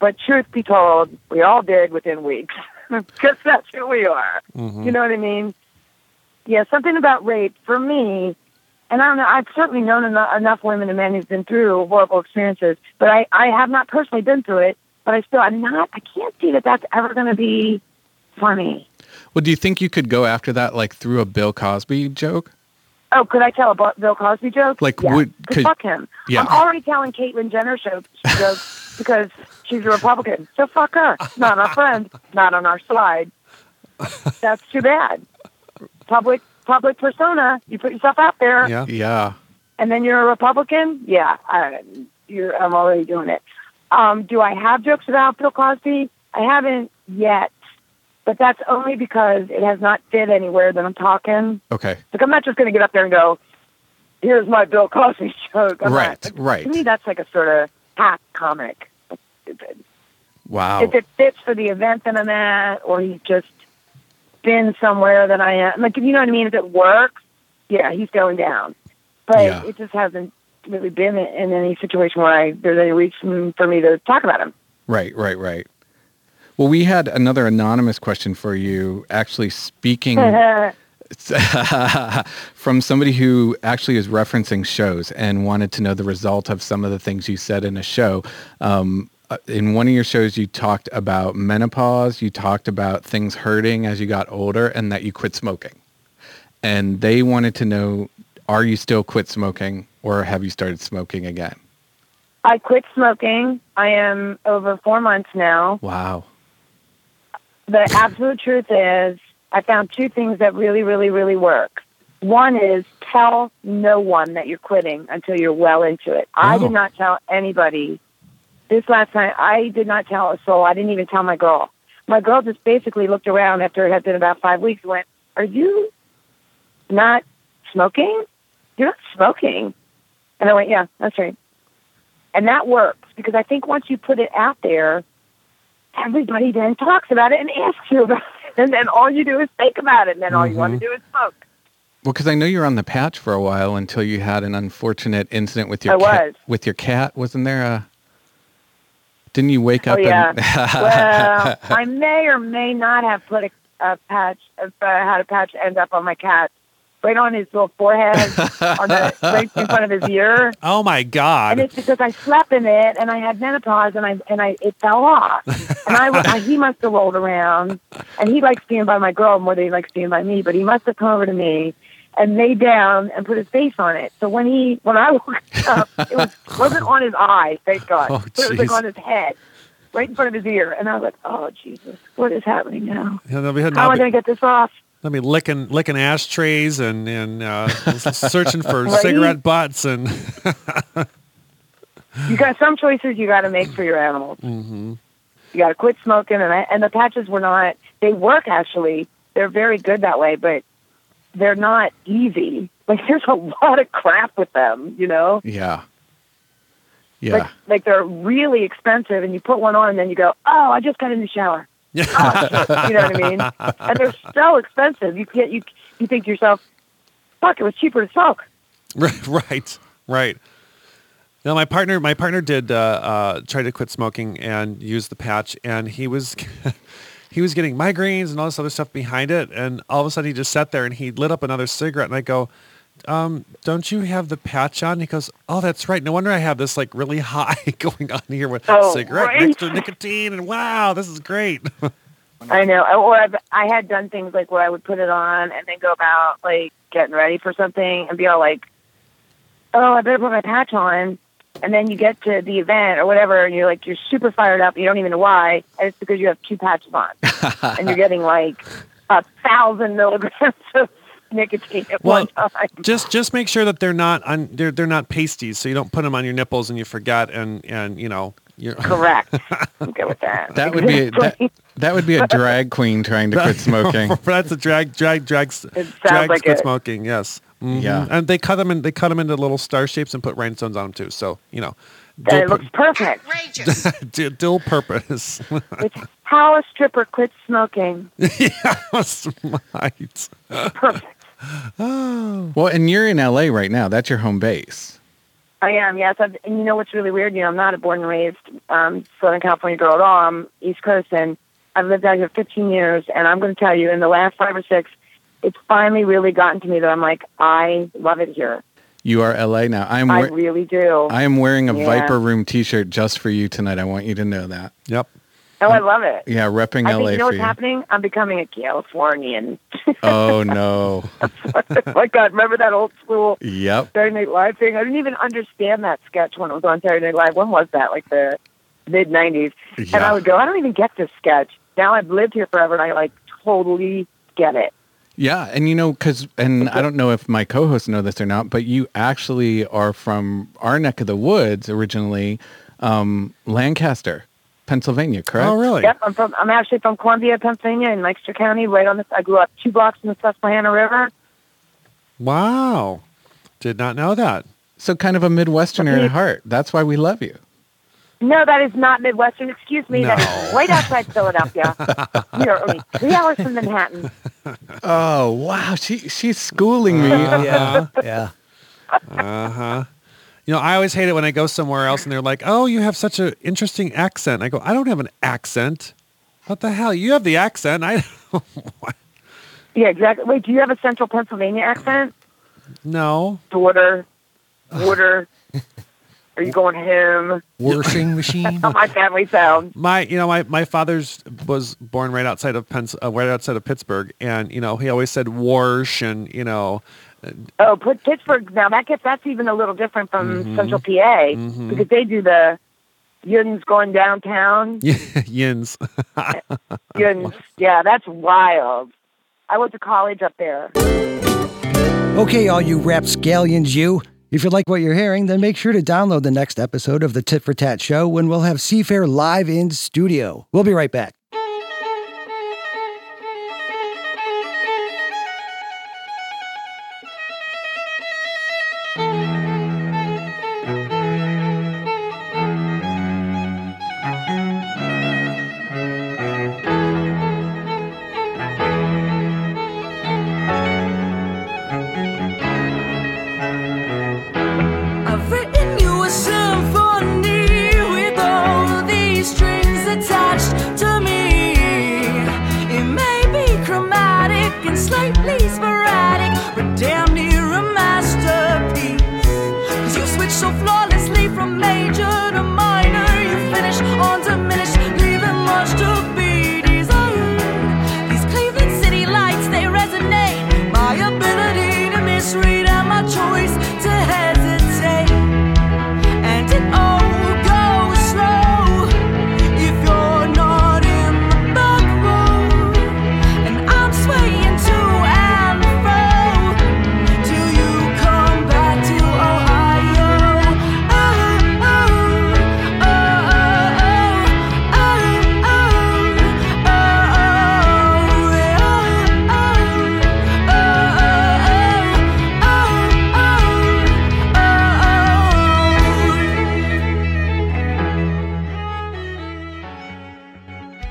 But truth be told, we all did within weeks *laughs* because that's who we are. Mm-hmm. You know what I mean? Yeah, something about rape for me, and I don't know, I've certainly known enough, enough women and men who've been through horrible experiences, but I, I have not personally been through it, but I still, I'm not, I can't see that that's ever going to be funny. Well, do you think you could go after that like through a Bill Cosby joke? Oh, could I tell a Bu- Bill Cosby joke? Like, yeah. would- 'Cause could- fuck him. Yeah. I'm already telling Caitlyn Jenner show, jokes *laughs* because she's a Republican. So fuck her. Not our friend. Not on our slide. That's too bad. Public public persona. You put yourself out there, Yeah. Yeah. and then you're a Republican. Yeah, I, you're, I'm already doing it. Um, do I have jokes about Bill Cosby? I haven't yet, but that's only because it has not fit anywhere that I'm talking. Okay. Like I'm not just going to get up there and go, "Here's my Bill Cosby *laughs* joke." I'm Right, not- right. To me, that's like a sort of hack comic. Wow. If it fits for the event that I'm at, or he's just been somewhere that I am, like if you know what I mean. If it works, yeah, he's going down. But Yeah. it just hasn't really been in any situation where I there's any reason for me to talk about him. Right, right, right. Well, we had another anonymous question for you, actually speaking *laughs* from somebody who actually is referencing shows and wanted to know the result of some of the things you said in a show. Um, uh, in one of your shows, you talked about menopause, you talked about things hurting as you got older, and that you quit smoking. And they wanted to know, are you still quit smoking or have you started smoking again? I quit smoking. I am over four months now. Wow. the absolute truth is I found two things that really, really, really work. One is tell no one that you're quitting until you're well into it. I Oh. did not tell anybody. This last night, I did not tell a soul. I didn't even tell my girl. My girl just basically looked around after it had been about five weeks and went, Are you not smoking? You're not smoking. And I went, Yeah, that's right. And that works because I think once you put it out there, everybody then talks about it and asks you about it. And then all you do is think about it. And then all you want to do is smoke. Well, because I know you were on the patch for a while until you had an unfortunate incident with your I cat. was. With your cat, wasn't there a? Didn't you wake up? oh, yeah. and *laughs* well, I may or may not have put a, a patch, uh, had a patch end up on my cat right on his little forehead, on the, right in front of his ear. Oh my And God. it's because I slept in it and I had menopause and I and I it fell off. And I, was- I he must have rolled around and he likes being by my girl more than he likes being by me, but he must have come over to me and lay down and put his face on it. So when he when I *laughs* woke up, it was wasn't on his eye, thank *laughs* God. Oh, but it was jeez. like on his head. Right in front of his ear. And I was like, Oh Jesus, what is happening now? Yeah, no, we had How am I not gonna been- get this off? I mean, licking licking ashtrays and and uh, searching *laughs* for cigarette butts and you got some choices you got to make for your animals. You got to quit smoking, and I, and the patches were not. They work actually. They're very good that way, but they're not easy. *laughs* Like there's a lot of crap with them, you know. Yeah. Like, Yeah. like they're really expensive, and you put one on, and then you go, "Oh, I just got in the shower." *laughs* Oh, shit. you know what I mean? And they're so expensive. You can't. You you think to yourself, "Fuck, it was cheaper to smoke." Right, *laughs* right, right. Now my partner, my partner did uh, uh, try to quit smoking and use the patch, and he was *laughs* he was getting migraines and all this other stuff behind it, and all of a sudden he just sat there and he lit up another cigarette, and I go, um, "Don't you have the patch on?" he goes, "Oh, that's right. No wonder I have this like really *laughs* high going on here with Oh, cigarette right. and extra nicotine, and wow, this is great." *laughs* I know. Or I've, I had done things like where I would put it on and then go about like getting ready for something and be all like, "Oh, I better put my patch on." And then you get to the event or whatever, and you're like, you're super fired up. And you don't even know why, and it's because you have two patches *laughs* on, and you're getting like a thousand milligrams *laughs* of nicotine at Well, one time. just just make sure that they're not on they're they're not pasties, so you don't put them on your nipples and you forget, and and you know you're. *laughs* *laughs* Correct. I'm good with *laughs* that. That would be that, Exactly. that would be a drag queen trying to *laughs* *laughs* quit smoking. That's a drag, drag, drag. It sounds like it. smoking. Yes. Mhm. Yeah. And they cut them in. They cut them into little star shapes and put rhinestones on them too. So you know, And dual, it looks perfect. Outrageous. pur- *laughs* du- dual purpose. *laughs* It's how a stripper quits *laughs* smoking. right. Perfect. Well, and you're in LA right now. That's your home base. I am, yes. I've, and you know what's really weird? You know, I'm not a born and raised um, Southern California girl at all. I'm East Coast, and I've lived out here 15 years. And I'm going to tell you, in the last five or six, it's finally really gotten to me that I'm like, I love it here. You are LA now. I'm I wear- really do. I am wearing a Yeah. Viper Room T-shirt just for you tonight. I want you to know that. Yep. oh, I love it. Yeah, repping I LA think you know for what's you. happening? I'm becoming a Californian. *laughs* Oh no. my God, remember that old school yep. Saturday Night Live thing? I didn't even understand that sketch when it was on Saturday Night Live. When was that? Like the mid 90s. And Yeah. I would go, I don't even get this sketch. Now I've lived here forever and I like totally get it. Yeah, and you know, because and I don't know if my co-hosts know this or not, but you actually are from our neck of the woods originally, um, Lancaster, Pennsylvania, correct? Oh really? Yep, I'm from I'm actually from Columbia, Pennsylvania in Lancaster County, right on the I grew up two blocks from the Susquehanna River. Wow. Did not know that. So kind of a Midwesterner at heart. That's why we love you. No, that is not Midwestern. Excuse me. That is No. right outside Philadelphia. we are only three hours from Manhattan. Oh wow, she she's schooling me. Yeah. Uh-huh. Yeah. Uh huh. You know, I always hate it when I go somewhere else and they're like, "Oh, you have such an interesting accent." I go, "I don't have an accent. What the hell? You have the accent. I *laughs* Yeah, exactly. Wait, do you have a central Pennsylvania accent? no. Daughter, water. Are you going him? Washing machine. How Oh, my family sounds. my you know my, my father's was born right outside of Pens- uh, right outside of Pittsburgh and you know he always said warsh and you know *laughs* Oh, put Pittsburgh now. That gets that's even a little different from Mm-hmm. Central PA because they do the Yun's going downtown. yins Yun's, yeah, that's wild. I went to college up there. Okay, all you rapscallions, you. If you like what you're hearing, then make sure to download the next episode of the Tit for Tat Show when we'll have Seafair live in studio. We'll be right back. I've written you a symphony with all these strings attached to me. It may be chromatic and slightly sporadic, but damn near a masterpiece. 'Cause you switch so flawlessly from major to minor, you finish on diminished, leaving much to be desired. These Cleveland city lights, they resonate. My ability to misread and my choice to hesitate. And it all goes slow if you're not in the back row. And I'm swaying to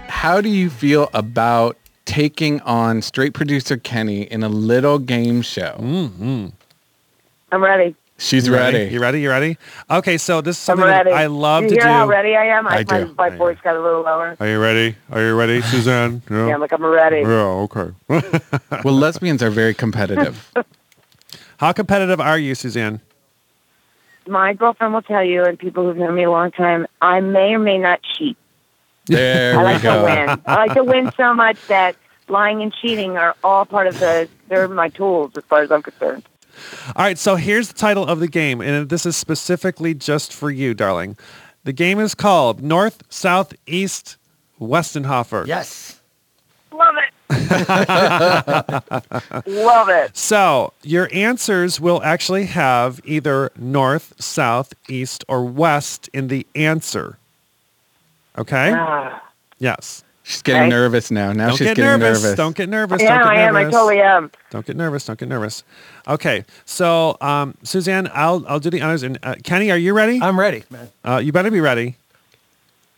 how do you feel about taking on straight producer Kenny in a little game show? I'm ready. *laughs* She's You Mm. ready. You ready? You ready? Okay, so this is I'm something that ready. I love do you to hear do. how ready I am? I my, do. My I voice got a little lower. Are you ready? Are you ready, Suzanne? Yeah, I'm like I'm ready. Yeah, okay. well, lesbians are very *laughs* competitive. How competitive are you, Suzanne? My girlfriend will tell you, and people who've known me a long time, I may or may not cheat. There I we like to go. win. I like to win so much that lying and cheating are all part of the. They're my tools as far as I'm concerned. All right, so here's the title of the game, and this is specifically just for you, darling. The game is called North, South, East, Westenhofer. Yes. Love it. Love it. So your answers will actually have either north, south, east, or west in the answer. Okay? Ah. Yes. She's getting Okay. nervous now. Now Don't she's get getting nervous. Don't get nervous. Yeah, Don't I get am. I nervous. totally am. Don't get nervous. Don't get nervous. Okay. So, um, Suzanne, I'll, I'll do the honors. And uh, Kenny, are you ready? I'm ready, man. Uh, you better be ready.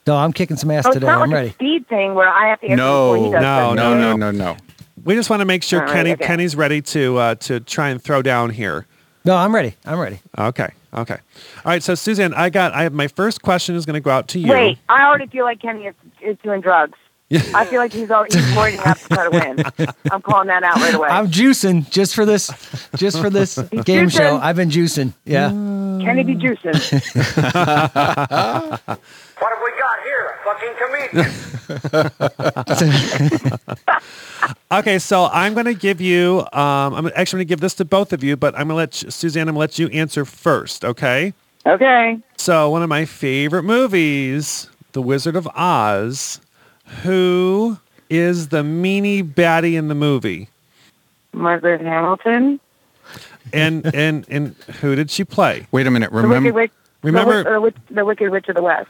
No, I'm kicking some ass Oh, it's today. not I'm like a ready. speed thing where I have to answer before no, he does no, something. no, no, no, no. We just want to make sure All right, Kenny okay. Kenny's ready to uh, to try and throw down here. No, I'm ready. I'm ready. Okay. Okay. All right. So, Suzanne, I got. I have my first question is going to go out to you. Wait, I already feel like Kenny is, is doing drugs. I feel like he's already he's already up to try to win. I'm calling that out right away. I'm juicing just for this, just for *laughs* this game juicing. show. I've been juicing. Yeah. Kenny be juicing. What have we got here? A fucking comedian. Mm. *laughs* Okay, so I'm going to give you. Um, I'm actually going to give this to both of you, but I'm going to let you, Suzanne. I'm going to let you answer first. Okay. okay. So one of my favorite movies, The Wizard of Oz. Who is the meanie baddie in the movie? Margaret Hamilton. And and and who did she play? Wait a minute. The Remember, Wicked Witch. remember- the, Wi- or Witch- the Wicked Witch of the West.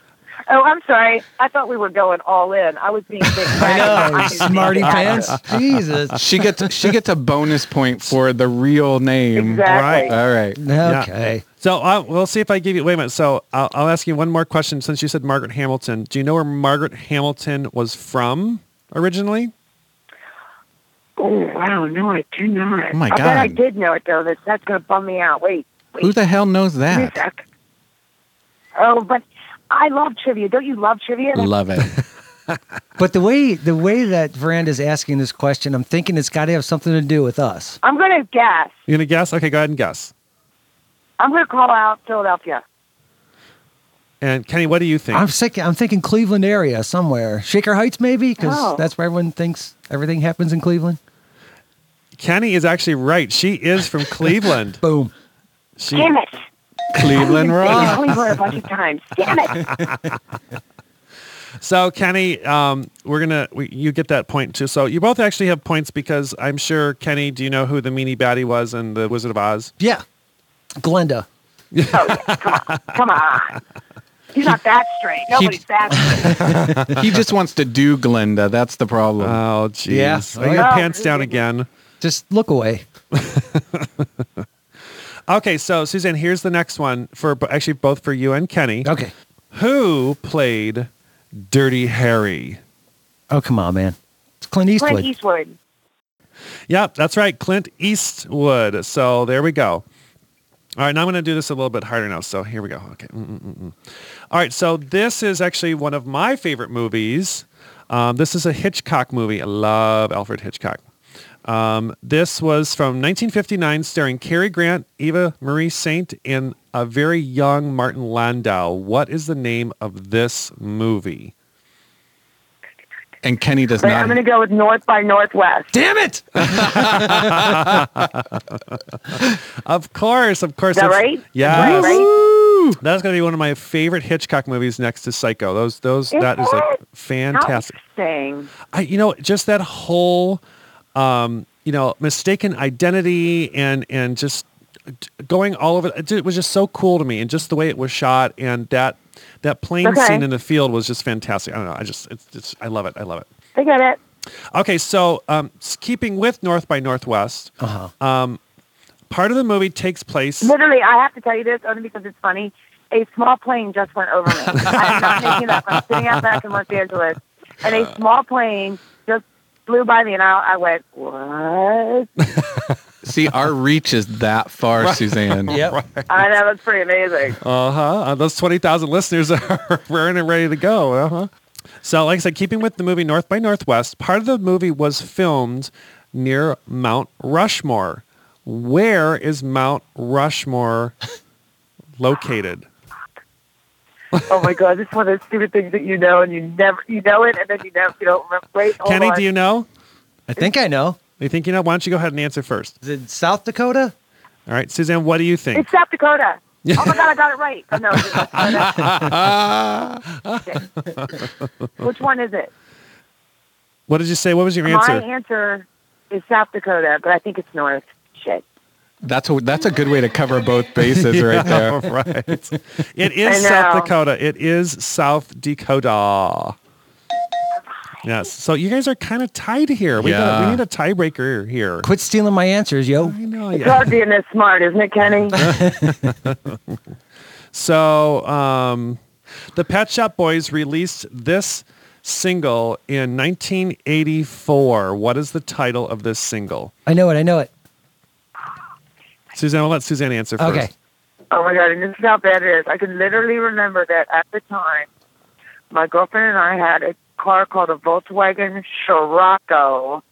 Oh, I'm sorry. I thought we were going all in. I was being big. *laughs* I *laughs* Oh, smarty pants. *laughs* Jesus. she gets she gets a bonus point for the real name. Exactly. All right. Okay. So uh, we'll see if I give you. Wait a minute. So I'll, I'll ask you one more question since you said Margaret Hamilton. Do you know where Margaret Hamilton was from originally? Oh wow, no, I do not. Oh, my I bet I God. did know it though. That that's gonna bum me out. Wait, wait. Who the hell knows give me a that? sec. Oh, but I love trivia. Don't you love trivia? Love *laughs* it. But the way the way that Veranda's asking this question, I'm thinking it's got to have something to do with us. I'm gonna guess. You gonna guess? Okay, go ahead and guess. I'm gonna call out Philadelphia. And Kenny, what do you think? I'm sick. I'm thinking Cleveland area somewhere, Shaker Heights maybe, because Oh. that's where everyone thinks everything happens in Cleveland. Kenny is actually right. She is from Cleveland. Boom. She, *laughs* Damn it! Cleveland I Raw. only won a bunch of times. Damn it! so Kenny, um, we're gonna we, you get that point too. So you both actually have points because I'm sure Kenny. Do you know who the meanie baddie was in the Wizard of Oz? Yeah. Glenda. Oh, yeah. Come on, come on. He's not that straight. *laughs* Nobody's that straight. *laughs* he just wants to do Glenda. That's the problem. Oh, jeez. Yeah. Are your Oh, pants down really? again? Just look away. Okay, so Suzanne, here's the next one for actually both for you and Kenny. Okay. Who played Dirty Harry? Oh come on, man. It's Clint Eastwood. Clint Eastwood. Yep, that's right, Clint Eastwood. So there we go. All right, now I'm going to do this a little bit harder now. So here we go. Okay. Mm, mm, mm, mm. All right, so this is actually one of my favorite movies. Um, this is a Hitchcock movie. I love Alfred Hitchcock. Um, this was from 1959, starring Cary Grant, Eva Marie Saint, and a very young Martin Landau. What is the name of this movie? and Kenny does But not. I'm gonna go with North by Northwest. Damn it! Of course, of course. Is that it's- right? Yes. Right? That's going to be one of my favorite Hitchcock movies next to Psycho. Those those Is that is like it? fantastic. Interesting. I, you know, just that whole um, you know, mistaken identity and and just going all over it was just so cool to me and just the way it was shot and that that plane Okay. scene in the field was just fantastic. I don't know. I just it's just I love it. I love it. They got it. Okay, so um, s- keeping with North by Northwest, um, Uh-huh. part of the movie takes place Literally, I have to tell you this only because it's *laughs* funny. A small plane just went over me. I'm not making it up. I'm sitting out back in Los Angeles, and Uh. a small plane just flew by me, and I, I went, "What?" *laughs* See, our reach is that far, Suzanne. Yep. I know that's pretty *laughs* amazing. Uh-huh. Uh, those 20,000 listeners *laughs* are raring and ready to go. Uh-huh. So like I said, keeping with the movie North by Northwest, part of the movie was filmed near Mount Rushmore. Where is Mount Rushmore located? Oh my god, it's one of those stupid things that you know and you never you know it and then you never you don't remember. Wait, hold Kenny, on. do you know? I think I know. You think you know? Why don't you go ahead and answer first? Is it South Dakota? All right, Suzanne, what do you think? It's South Dakota. oh my god, I got it right. Oh, no, it's South *laughs* Dakota. Shit. Which one is it? What did you say? What was your My answer? answer is South Dakota, but I think it's north. Shit. That's a, that's a good way to cover both bases *laughs* right there. All *laughs* right. It I is know. South Dakota. It is South Dakota. Yes. So you guys are kind of tied here. We, got, Yeah. we need a tiebreaker here. Quit stealing my answers, yo. I know. It's Yeah. hard being this smart, isn't *laughs* it, Kenny? So um, the Pet Shop Boys released this single in 1984. What is the title of this single? I know it. I know it. Suzanne, I'll let Suzanne answer first. Okay. Oh my god, and this is how bad it is. I can literally remember that at the time, my girlfriend and I had a car called a Volkswagen Scirocco,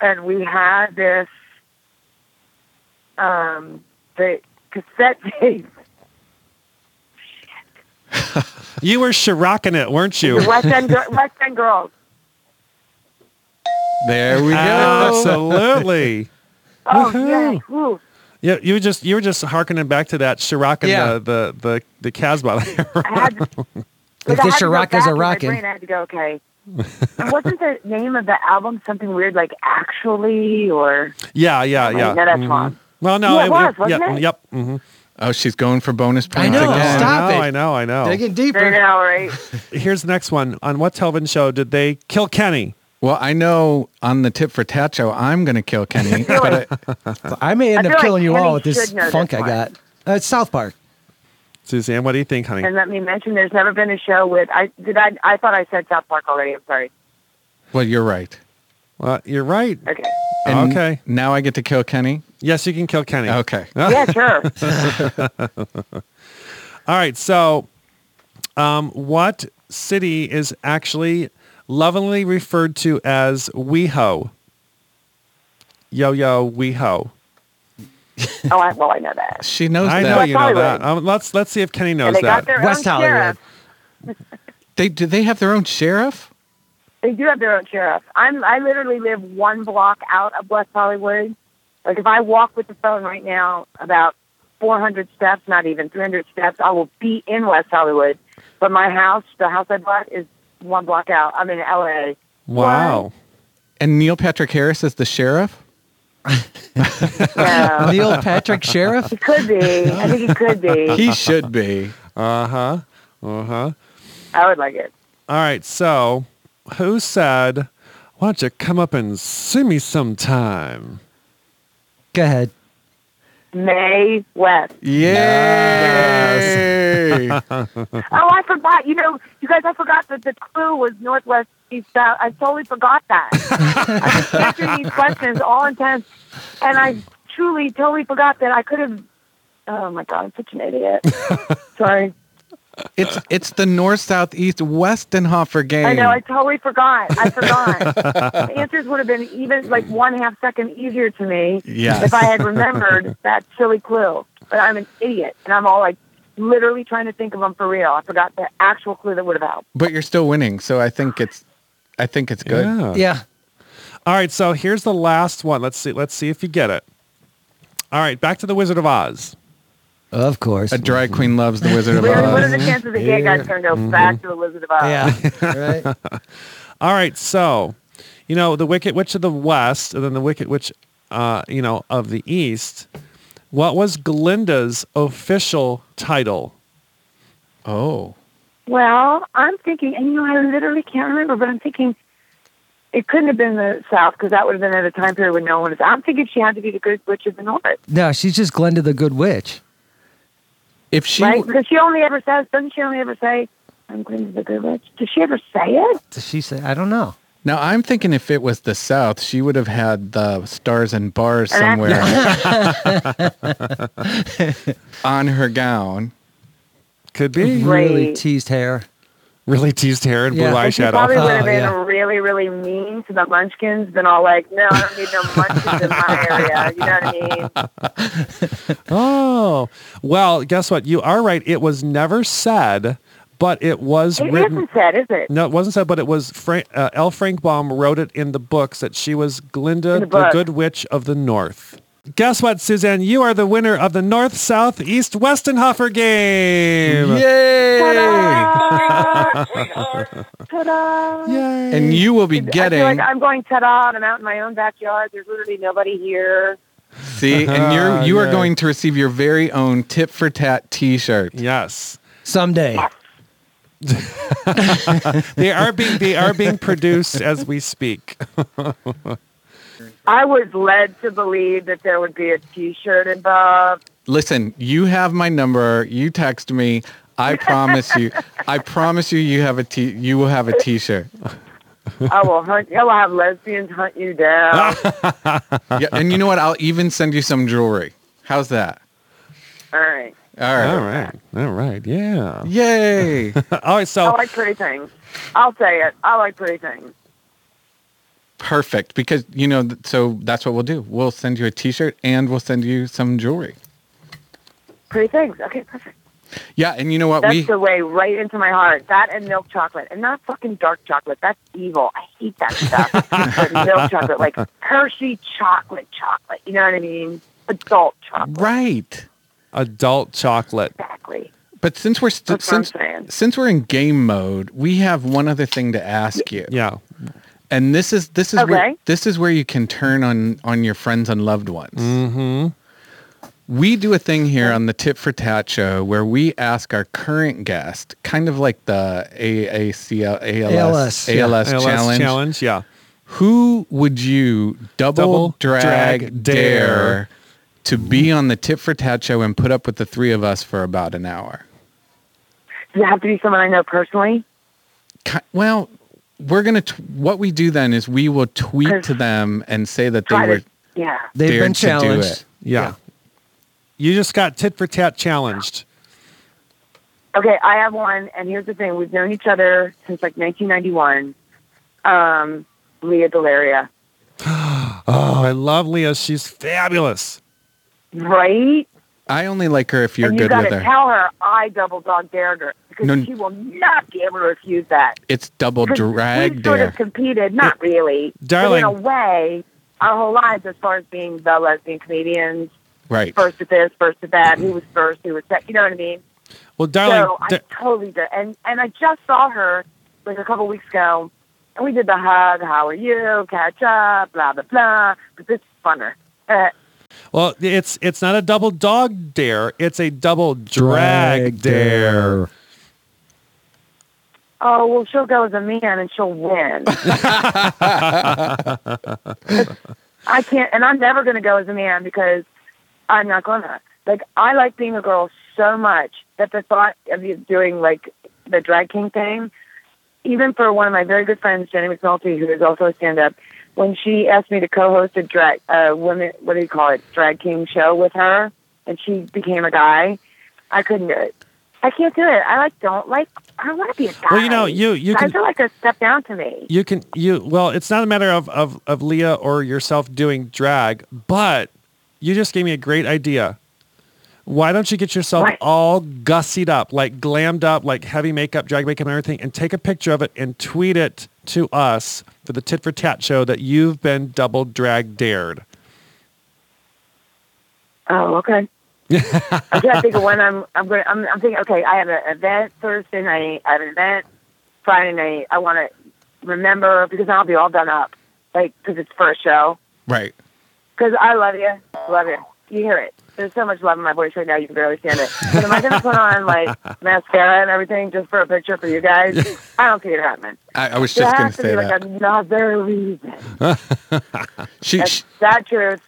and we had this um the cassette *laughs* tape. You were shirocking it, weren't *laughs* you? West End, Gir- West End Girls. There we go. Absolutely. Oh Woohoo. yeah, woo. Yeah, you were just you were just harkening back to that Shirocking Yeah. the, the the the Casbah. *laughs* there. I *laughs* had to, If I this had to go Ciroc is back a in my rockin'. brain, I had to *laughs* go. Okay, And wasn't the name of the album something weird like actually or? yeah, yeah, yeah. No, that's Mhm. wrong. Well, no, Yeah, it was, yep, wasn't it? yep. hmm Oh, she's going for bonus I points know. again. Stop I know, it. I know, I know. Digging I deeper. know, right? Here's the next one. On what television show did they kill Kenny? Well, I know on the tip for tat show, I'm going to kill *laughs* Kenny, but I, I may end I up feel killing like you Kenny all with this should know this funk I one. got. Uh, it's South Park. Suzanne, what do you think, honey? And let me mention, there's never been a show with I did I I thought I said South Park already. I'm sorry. well, you're right. Well, you're right. Okay. And Oh, Okay. Now I get to kill Kenny. Yes, you can kill Kenny. Okay. Yeah, sure. All right. So, um, what city is actually lovingly referred to as WeHo? Yo yo WeHo. oh, I, well, I know that. She knows I that. know you know Hollywood. that. Um, let's let's see if Kenny knows and they that. got their West own Hollywood. sheriff. They do they have their own sheriff? They do have their own sheriff. I'm I literally live one block out of West Hollywood. Like if I walk with the phone right now about 400 steps, not even 300 steps, I will be in West Hollywood. But my house, the house I bought, is one block out. I'm in L.A. wow. And Neil Patrick Harris is the sheriff? No, Neil Patrick Sheriff. *laughs* he could be. I think he could be. *laughs* He should be. Uh huh. Uh huh. I would like it. All right. So, who said, "Why don't you come up and see me sometime"? Go ahead. May West. Yay! Oh, I forgot. You know, you guys, I forgot that the clue was Northwest East South. I totally forgot that. I was answering these questions all intense, and I truly, totally forgot that I could have. Oh my God, I'm such an idiot. Sorry. it's it's the north, south, east, Westenhofer game. I know. I totally forgot. I forgot. the answers would have been even like one half second easier to me Yes. if I had remembered that silly clue. But I'm an idiot, and I'm all like literally trying to think of them for real. I forgot the actual clue that would have helped. but you're still winning, so I think it's I think it's good. Yeah. Yeah. All right, so here's the last one. Let's see. Let's see if you get it. All right, back to the Wizard of Oz. Of course. A drag queen loves the Wizard of Really, what are Oz. the chances that yeah. guy's going to go back to the Wizard of Oz? Yeah. *laughs* right. All right, so you know the Wicked Witch of the West, and then the Wicked Witch, uh, you know, of the East. What was Glinda's official title? Oh. Well, I'm thinking, and you know, I literally can't remember, but I'm thinking it couldn't have been the South because that would have been at a time period when no one was. I'm thinking she had to be the Good Witch of the North, No, she's just Glenda the Good Witch. If she right? Because she only ever says, doesn't she only ever say, I'm going to the good witch. Did she ever say it? Does she say? I don't know. Now I'm thinking if it was the South, she would have had the stars and bars And somewhere *laughs* on her gown. Could be. Really Right. teased hair. *laughs* Really teased hair and blue Yeah. And she probably eyeshadow. would have Oh, been yeah. really, really mean to the munchkins, been all like, no, I don't need no munchkins in my area. You know what I mean? Oh. Well, guess what? You are right. It was never said, but it was It written. isn't said, is it? No, it wasn't said, but it was Frank, uh, L. Frank Baum wrote it in the books that she was Glinda, In the, the book. Good Witch of the North. Guess what, Suzanne? You are the winner of the North, South, East, Westenhofer game. Yay! Ta-da! Yay. And you will be I feel getting like I'm going ta-da, and I'm out in my own backyard. There's literally nobody here. see, and you're you are Uh-huh. Yeah. going to receive your very own tit for tat T-shirt. Yes. Someday. They are being they are being produced as we speak. I was led to believe that there would be a T-shirt involved. Listen, you have my number. You text me. I promise you. I promise you. You have a t. You will have a T-shirt. I will hunt. I will have lesbians hunt you down. Yeah, and you know what? I'll even send you some jewelry. How's that? All right. All right. All right. All right. Yeah. Yay! All right. I So like pretty things. I'll say it. I like pretty things. Perfect. Because you know, th- so that's what we'll do. We'll send you a T-shirt and we'll send you some jewelry. Pretty things. Okay, perfect. Yeah, and you know what? That's we the way right into my heart. That and milk chocolate, and not fucking dark chocolate. That's evil. I hate *laughs* that stuff. But milk chocolate, like Hershey chocolate, chocolate. You know what I mean? Adult chocolate. right. adult chocolate. Exactly. But since we're st- That's what I'm since saying. since we're in game mode, we have one other thing to ask you. Yeah. And this is this is where Okay. this is where you can turn on on your friends and loved ones. Mm-hmm. We do a thing here on the Tit for Tat show where we ask our current guest, kind of like the AACL, ALS, ALS, yeah. ALS challenge, challenge. Yeah. who would you double, Double drag, drag dare, dare. to be on the Tit for Tat show and put up with the three of us for about an hour? Does it have to be someone I know personally? Ki- Well, we're gonna. T- what we do then is we will tweet to them and say that they Try were to. Yeah. They've Dared been to do it. challenged. Yeah. You just got tit for tat challenged. Okay, I have one, and here's the thing: we've known each other since like 1991. Um, Leah Delaria, Oh, I love Leah. She's fabulous. right? I only like her if you're and you good gotta with her. tell her I double dog dared her because No. she will not be able to refuse that. it's double 'Cause drag we've sort dare. of competed, not really, Darling. but in a way, our whole lives as far as being the lesbian comedians, right. first at this, first at that, who was first, who was second. You know what I mean? Well, darling, so I da- totally did. And and I just saw her like a couple weeks ago, and we did the hug. How are you? Catch up. Blah blah blah. But this is funner. Uh, well, it's it's not a double dog dare. It's a double drag, dare. oh well, she'll go as a man and she'll win. I can't, and I'm never going to go as a man because I'm not going to. Like I like being a girl so much that the thought of you doing like the drag king thing, even for one of my very good friends, Jenny McNulty, who is also a stand-up, when she asked me to co-host a drag, uh, women, what do you call it, drag king show with her, and she became a guy, I couldn't do it. I can't do it. I like don't like. I don't want to be a guy. Well, you know, you- you I can- feel like a step down to me. You can you well, it's not a matter of, of of Leah or yourself doing drag, but you just gave me a great idea. Why don't you get yourself What? all gussied up, like glammed up, like heavy makeup, drag makeup and everything, and take a picture of it and tweet it to us for the tit for tat show that you've been double drag dared. Oh, *laughs* okay. I'm trying to think of when I'm. I'm going. I'm, I'm thinking. Okay, I have an event Thursday night. I have an event Friday night. I want to remember because I'll be all done up, like because it's for a show. Right. Because I love you, love you. You hear it. There's so much love in my voice right now. You can barely stand it. But am I going to put *laughs* on like mascara and everything just for a picture for you guys? I don't see it happening. I, I was *laughs* There just going has to to say be like that. another reason. She, That's she that truth.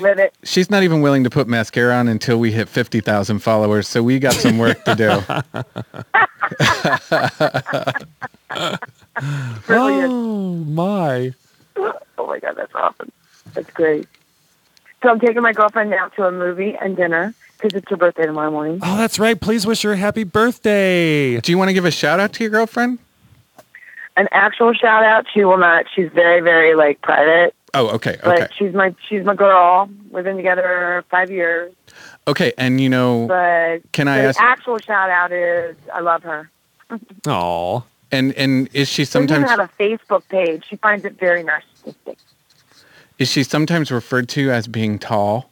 Live it. she's not even willing to *laughs* put mascara on until we hit fifty thousand followers. So we got some work to do. Brilliant. Oh my! Oh my god, that's awesome. That's great. So I'm taking my girlfriend now to a movie and dinner because it's her birthday tomorrow morning. Oh, that's right. Please wish her a happy birthday. Do you want to give a shout out to your girlfriend? An actual shout out. She will not. She's very, very like private, Oh, okay, but okay, she's my she's my girl. We've been together five years, okay. And you know, but Can I the ask- actual shout out is I love her. Oh, and and is she sometimes she doesn't have a Facebook page. She finds it very narcissistic. is she sometimes referred to as being tall?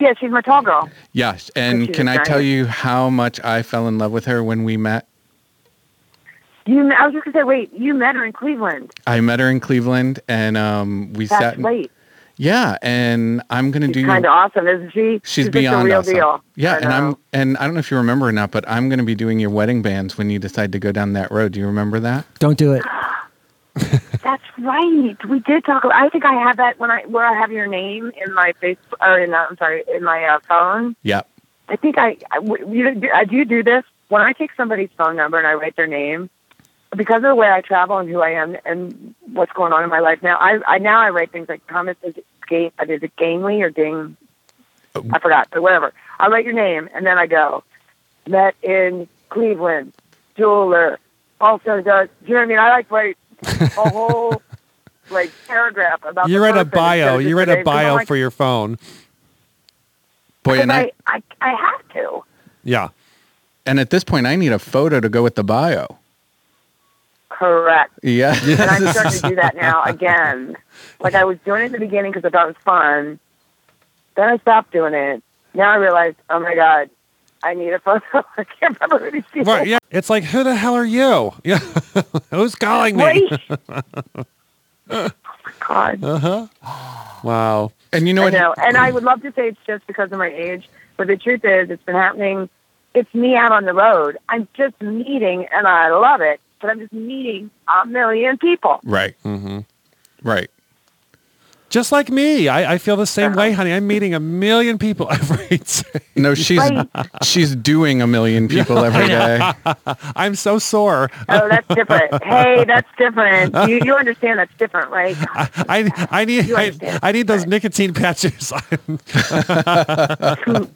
Yeah, she's my tall girl. Yes. And she's can a I tell giant. you how much I fell in love with her when we met? You, I was just gonna say, wait, you met her in Cleveland. I met her in Cleveland, and um, we That's sat. late. Yeah, and I'm gonna do She's you. kind of awesome, isn't she? She's just beyond a real awesome. deal. Yeah, I and I'm know. and I don't know if you remember or not, but I'm going to be doing your wedding bands when you decide to go down that road. Do you remember that? Don't do it. That's right. We did talk. About, I think I have that when I where I have your name in my face or in uh, I'm sorry in my uh, phone. Yep. I think I, I w- you do, I do do this when I take somebody's phone number and I write their name because of the way I travel and who I am and what's going on in my life now. I, I now I write things like Thomas is it Ga- is it Gainley or Ding? Oh. I forgot, but whatever. I write your name and then I go met in Cleveland jeweler. Also does. Do you know what I mean? I like write a *laughs* whole like paragraph about. you the read a person instead bio. of You just read the a name, 'cause I'm bio like, for your phone. Boy, and I, I, I I have to. Yeah. and at this point, I need a photo to go with the bio. Correct. Yeah. and I'm starting to do that now again. Like I was doing it in the beginning because I thought it was fun. Then I stopped doing it. Now I realize, oh my god, I need a photo. *laughs* I can't remember who these people. Right. Yeah. It's like, who the hell are you? *laughs* Yeah. Who's calling me? Wait. oh my god. Wow. *laughs* and you know I what? know. And I would love to say it's just because of my age, but the truth is, it's been happening. It's me out on the road. I'm just meeting, and I love it. But I'm just meeting a million people. Right. Mm-hmm. Right. Just like me, I, I feel the same Uh-huh. way, honey. I'm meeting a million people *laughs* every day. No, she's Right. *laughs* she's doing a million *laughs* people every day. I'm so sore. Oh, that's different. hey, that's different. You, you understand that's different, right? *laughs* I I need You I, understand. I need those nicotine patches. *laughs* I'm-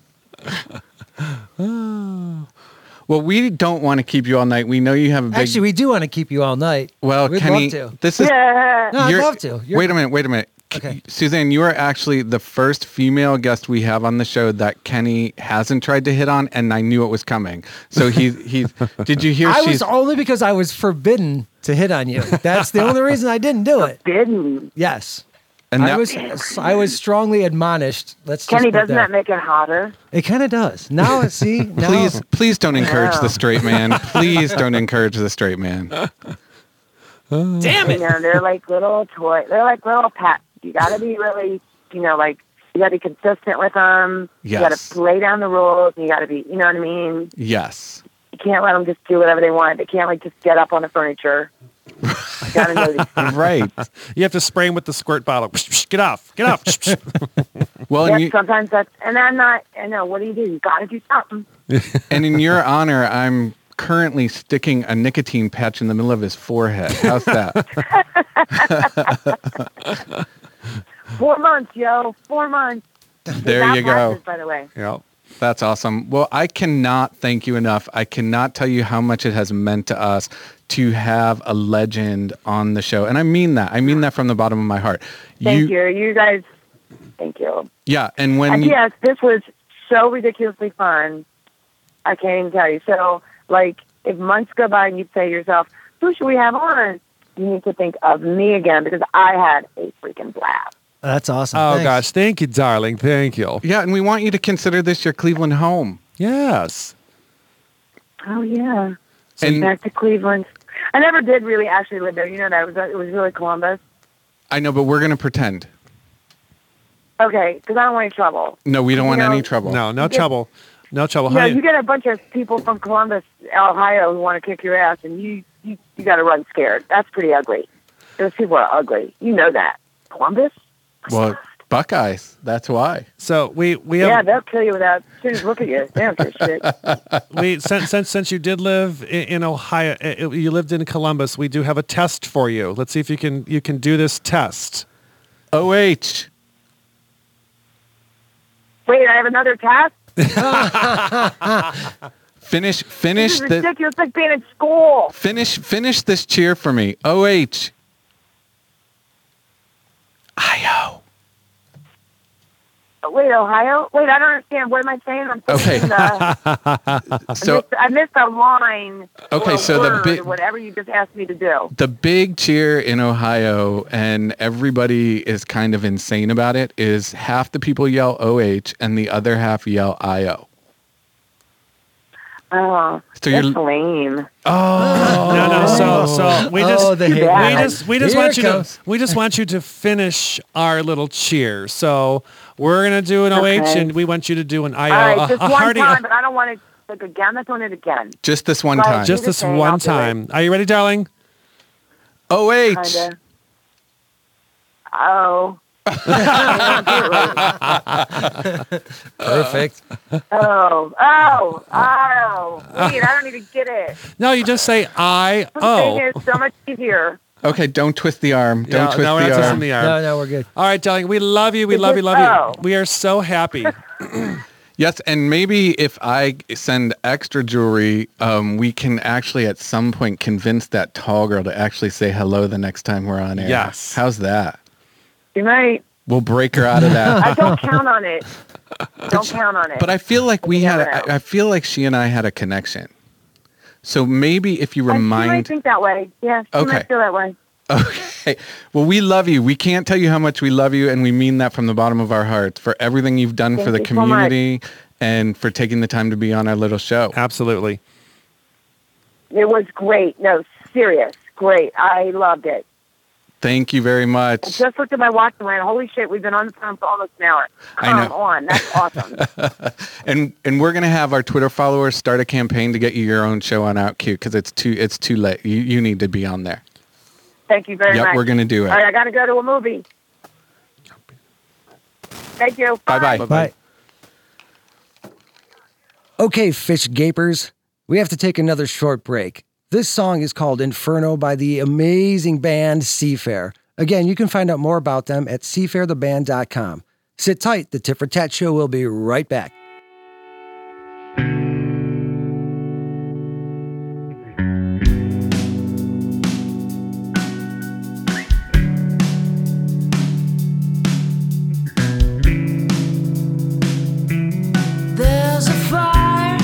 Well, we don't want to keep you all night. We know you have a big. Actually, we do want to keep you all night. well, we'd Kenny, love to. this is Yeah. No, I'd You're- love to. You're- wait a minute. Wait a minute. K- Okay. Suzanne, you are actually the first female guest we have on the show that Kenny hasn't tried to hit on, and I knew it was coming. So *laughs* he he. did you hear? I she's was only because I was forbidden to hit on you. That's the only reason I didn't do it. *laughs* Didn't. Yes. and I that- was I was strongly admonished. Let's just Kenny, put doesn't that make it hotter? it kind of does. *laughs* Now see now Please, please don't encourage Wow. the straight man. *laughs* Please don't encourage the straight man. damn You it. know, they're like little toy. They're like little pets. You got to be really, you know, like you got to be consistent with them. You got Yes. to lay down the rules. You got to be, you know what I mean. Yes. You can't let them just do whatever they want. They can't like just get up on the furniture. You got to *laughs* know these. Right. you have to spray him with the squirt bottle. *laughs* Get off. Get off. *laughs* Well, Yep, and, you, sometimes that's, and I'm not. I know. What do you do? You got to do something. and in your honor, I'm currently sticking a nicotine patch in the middle of his forehead. How's that? Four months, yo. Four months. There Without you go. glasses, By the way. yeah. That's awesome. Well, I cannot thank you enough. I cannot tell you how much it has meant to us to have a legend on the show. And I mean that. I mean that from the bottom of my heart. Thank you. You guys. Thank you. Yeah, and when And you, Uh, yes, this was so ridiculously fun. I can't even tell you. So, like, if months go by and you say to yourself, who should we have on? You need to think of me again because I had a freaking blast. That's awesome. Oh Thanks. gosh. Thank you, darling. Thank you. yeah, and we want you to consider this your Cleveland home. Yes. Oh, yeah. And- back to Cleveland. I never did really actually live there. You know that. It was, it was really Columbus. I know, but we're going to pretend. Okay, because I don't want any trouble. No, we don't want No. any trouble. No. No trouble. No trouble. Yeah, Honey, you get a bunch of people from Columbus, Ohio, who want to kick your ass, and you you, you got to run scared. That's pretty ugly. Those people are ugly. You know that. Columbus. Well, Buckeyes. That's why. So we we Yeah, have they'll kill you without as soon as looking at you. They don't give a shit. we since since since you did live i- in Ohio, i- i- you lived in Columbus. We do have a test for you. Let's see if you can you can do this test. OH. Wait, I have another task. Finish This finish is the ridiculous. It's like being at school. finish finish this cheer for me. OH. IO. Wait, Ohio? Wait, I don't understand. What am I saying? I'm Okay. thinking, *laughs* uh, I, So missed, I missed a line. or okay, a so the word or big whatever you just asked me to do. the big cheer in Ohio, and everybody is kind of insane about it, is half the people yell OH and the other half yell IO. Oh, So that's you're- lame. No, no. So so we just oh, the hate we bad. just we just Here want it you comes. to we just want you to finish our little cheer. So we're gonna do an OH, Okay. and we want you to do an IO. All uh, right, a- just a one hearty- time, but I don't want it like again. That's doing it again. Just this one Right, time. just Do the this thing, one I'll do it. time. Are you ready, darling? OH. Kinda. Oh, Perfect. oh, oh, *laughs* oh. Wait, I don't even get it. No, you just say I Something Oh. O. is so much easier. Okay, don't twist the arm. Don't Yeah, twist no, we're not the twisting arm. the arm. No, no, we're good. All right, darling. We love you. We Is love you. it Love O? you. We are so *laughs* happy. Yes, and maybe if I send extra jewelry, um, we can actually at some point convince that tall girl to actually say hello the next time we're on air. Yes. How's that? You might. We'll break her out of *laughs* that. I don't count on *laughs* it. Don't count on it. but I feel like we never had. I, I feel like she and I had a connection. So maybe if you She might remind. think that way. Yeah, she Okay. might feel that way. Okay. Well, we love you. We can't tell you how much we love you, and we mean that from the bottom of our hearts for everything you've done Thank for the you so much. community and for taking the time to be on our little show. Absolutely. It was great. No, serious. Great. I loved it. Thank you very much. I just looked at my watch and went, holy shit, we've been on the phone for almost an hour. I Come know. on. That's *laughs* awesome. And and we're gonna have our Twitter followers start a campaign to get you your own show on OutQ because it's too it's too late. You you need to be on there. Thank you very Yep, much. we're gonna do it. All right, I got to go to a movie. Thank you. Bye bye. Bye. Okay, fish gapers, we have to take another short break. This song is called Inferno by the amazing band Seafair. Again, you can find out more about them at seafairtheband.com. Sit tight, the Tit for Tat Show will be right back. There's a fire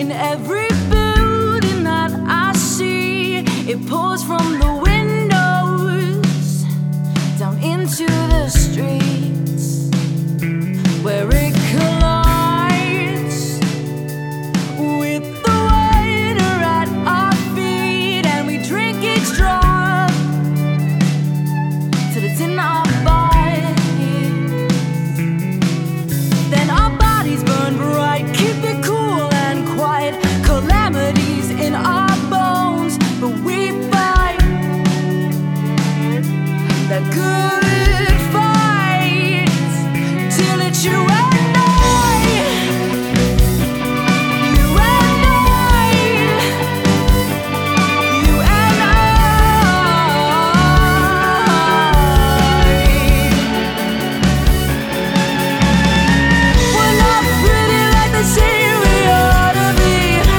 in every building that I see. It pours from the windows down into the streets where it collides with the water at our feet, and we drink each drop till it's in our bodies. Then our bodies burn bright, keep it cool and quiet. Calamities in our bones, but we fight that good fight till it's you and I. You and I. You and I. We're not pretty like they say we ought to be.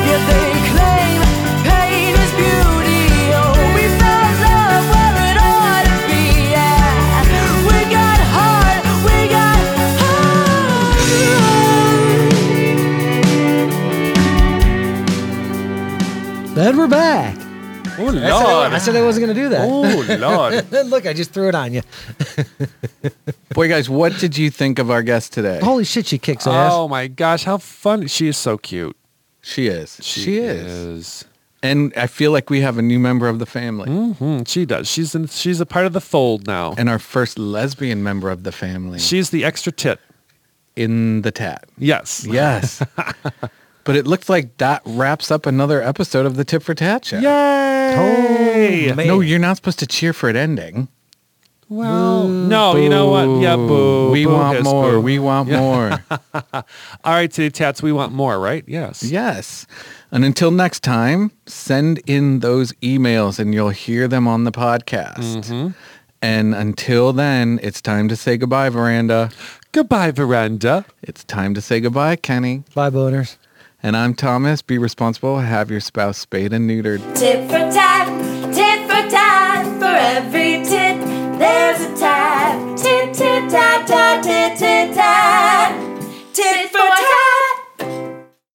Yet they claim pain is beauty. Oh, we found love where it ought to be. Yeah, we got hard, we got hard. Then we're back. Oh Lord. I said I- I said I wasn't going to do that. Oh *laughs* Lord. *laughs* Look, I just threw it on you. Boy, guys, what did you think of our guest today? Holy shit, she kicks ass. Oh my gosh, how fun! She is so cute. Hmm, She is. She, is. is. And I feel like we have a new member of the family Mhm, she does. She's in, she's a part of the fold now. and our first lesbian member of the family She's the extra tit. in the tat. Yes. Yes. *laughs* but it looks like that wraps up another episode of the Tip for Tat Show. Yay! man. No, you're not supposed to cheer for it ending. Well, no, Oh, you know what? Yeah, boo. We boo want hiss, more. boo. We want *laughs* more. All right, today tats, we want more, right? Yes. yes. And until next time, send in those emails and you'll hear them on the podcast. Mm-hmm. And until then, it's time to say goodbye, Veranda. Goodbye, Veranda. It's time to say goodbye, Kenny. Bye, boners. And I'm Thomas. Be responsible. Have your spouse spayed and neutered. Tit for tat, tit for tat, for every tit, there's a tat. Tit, tit, tat, tat, tit, tit.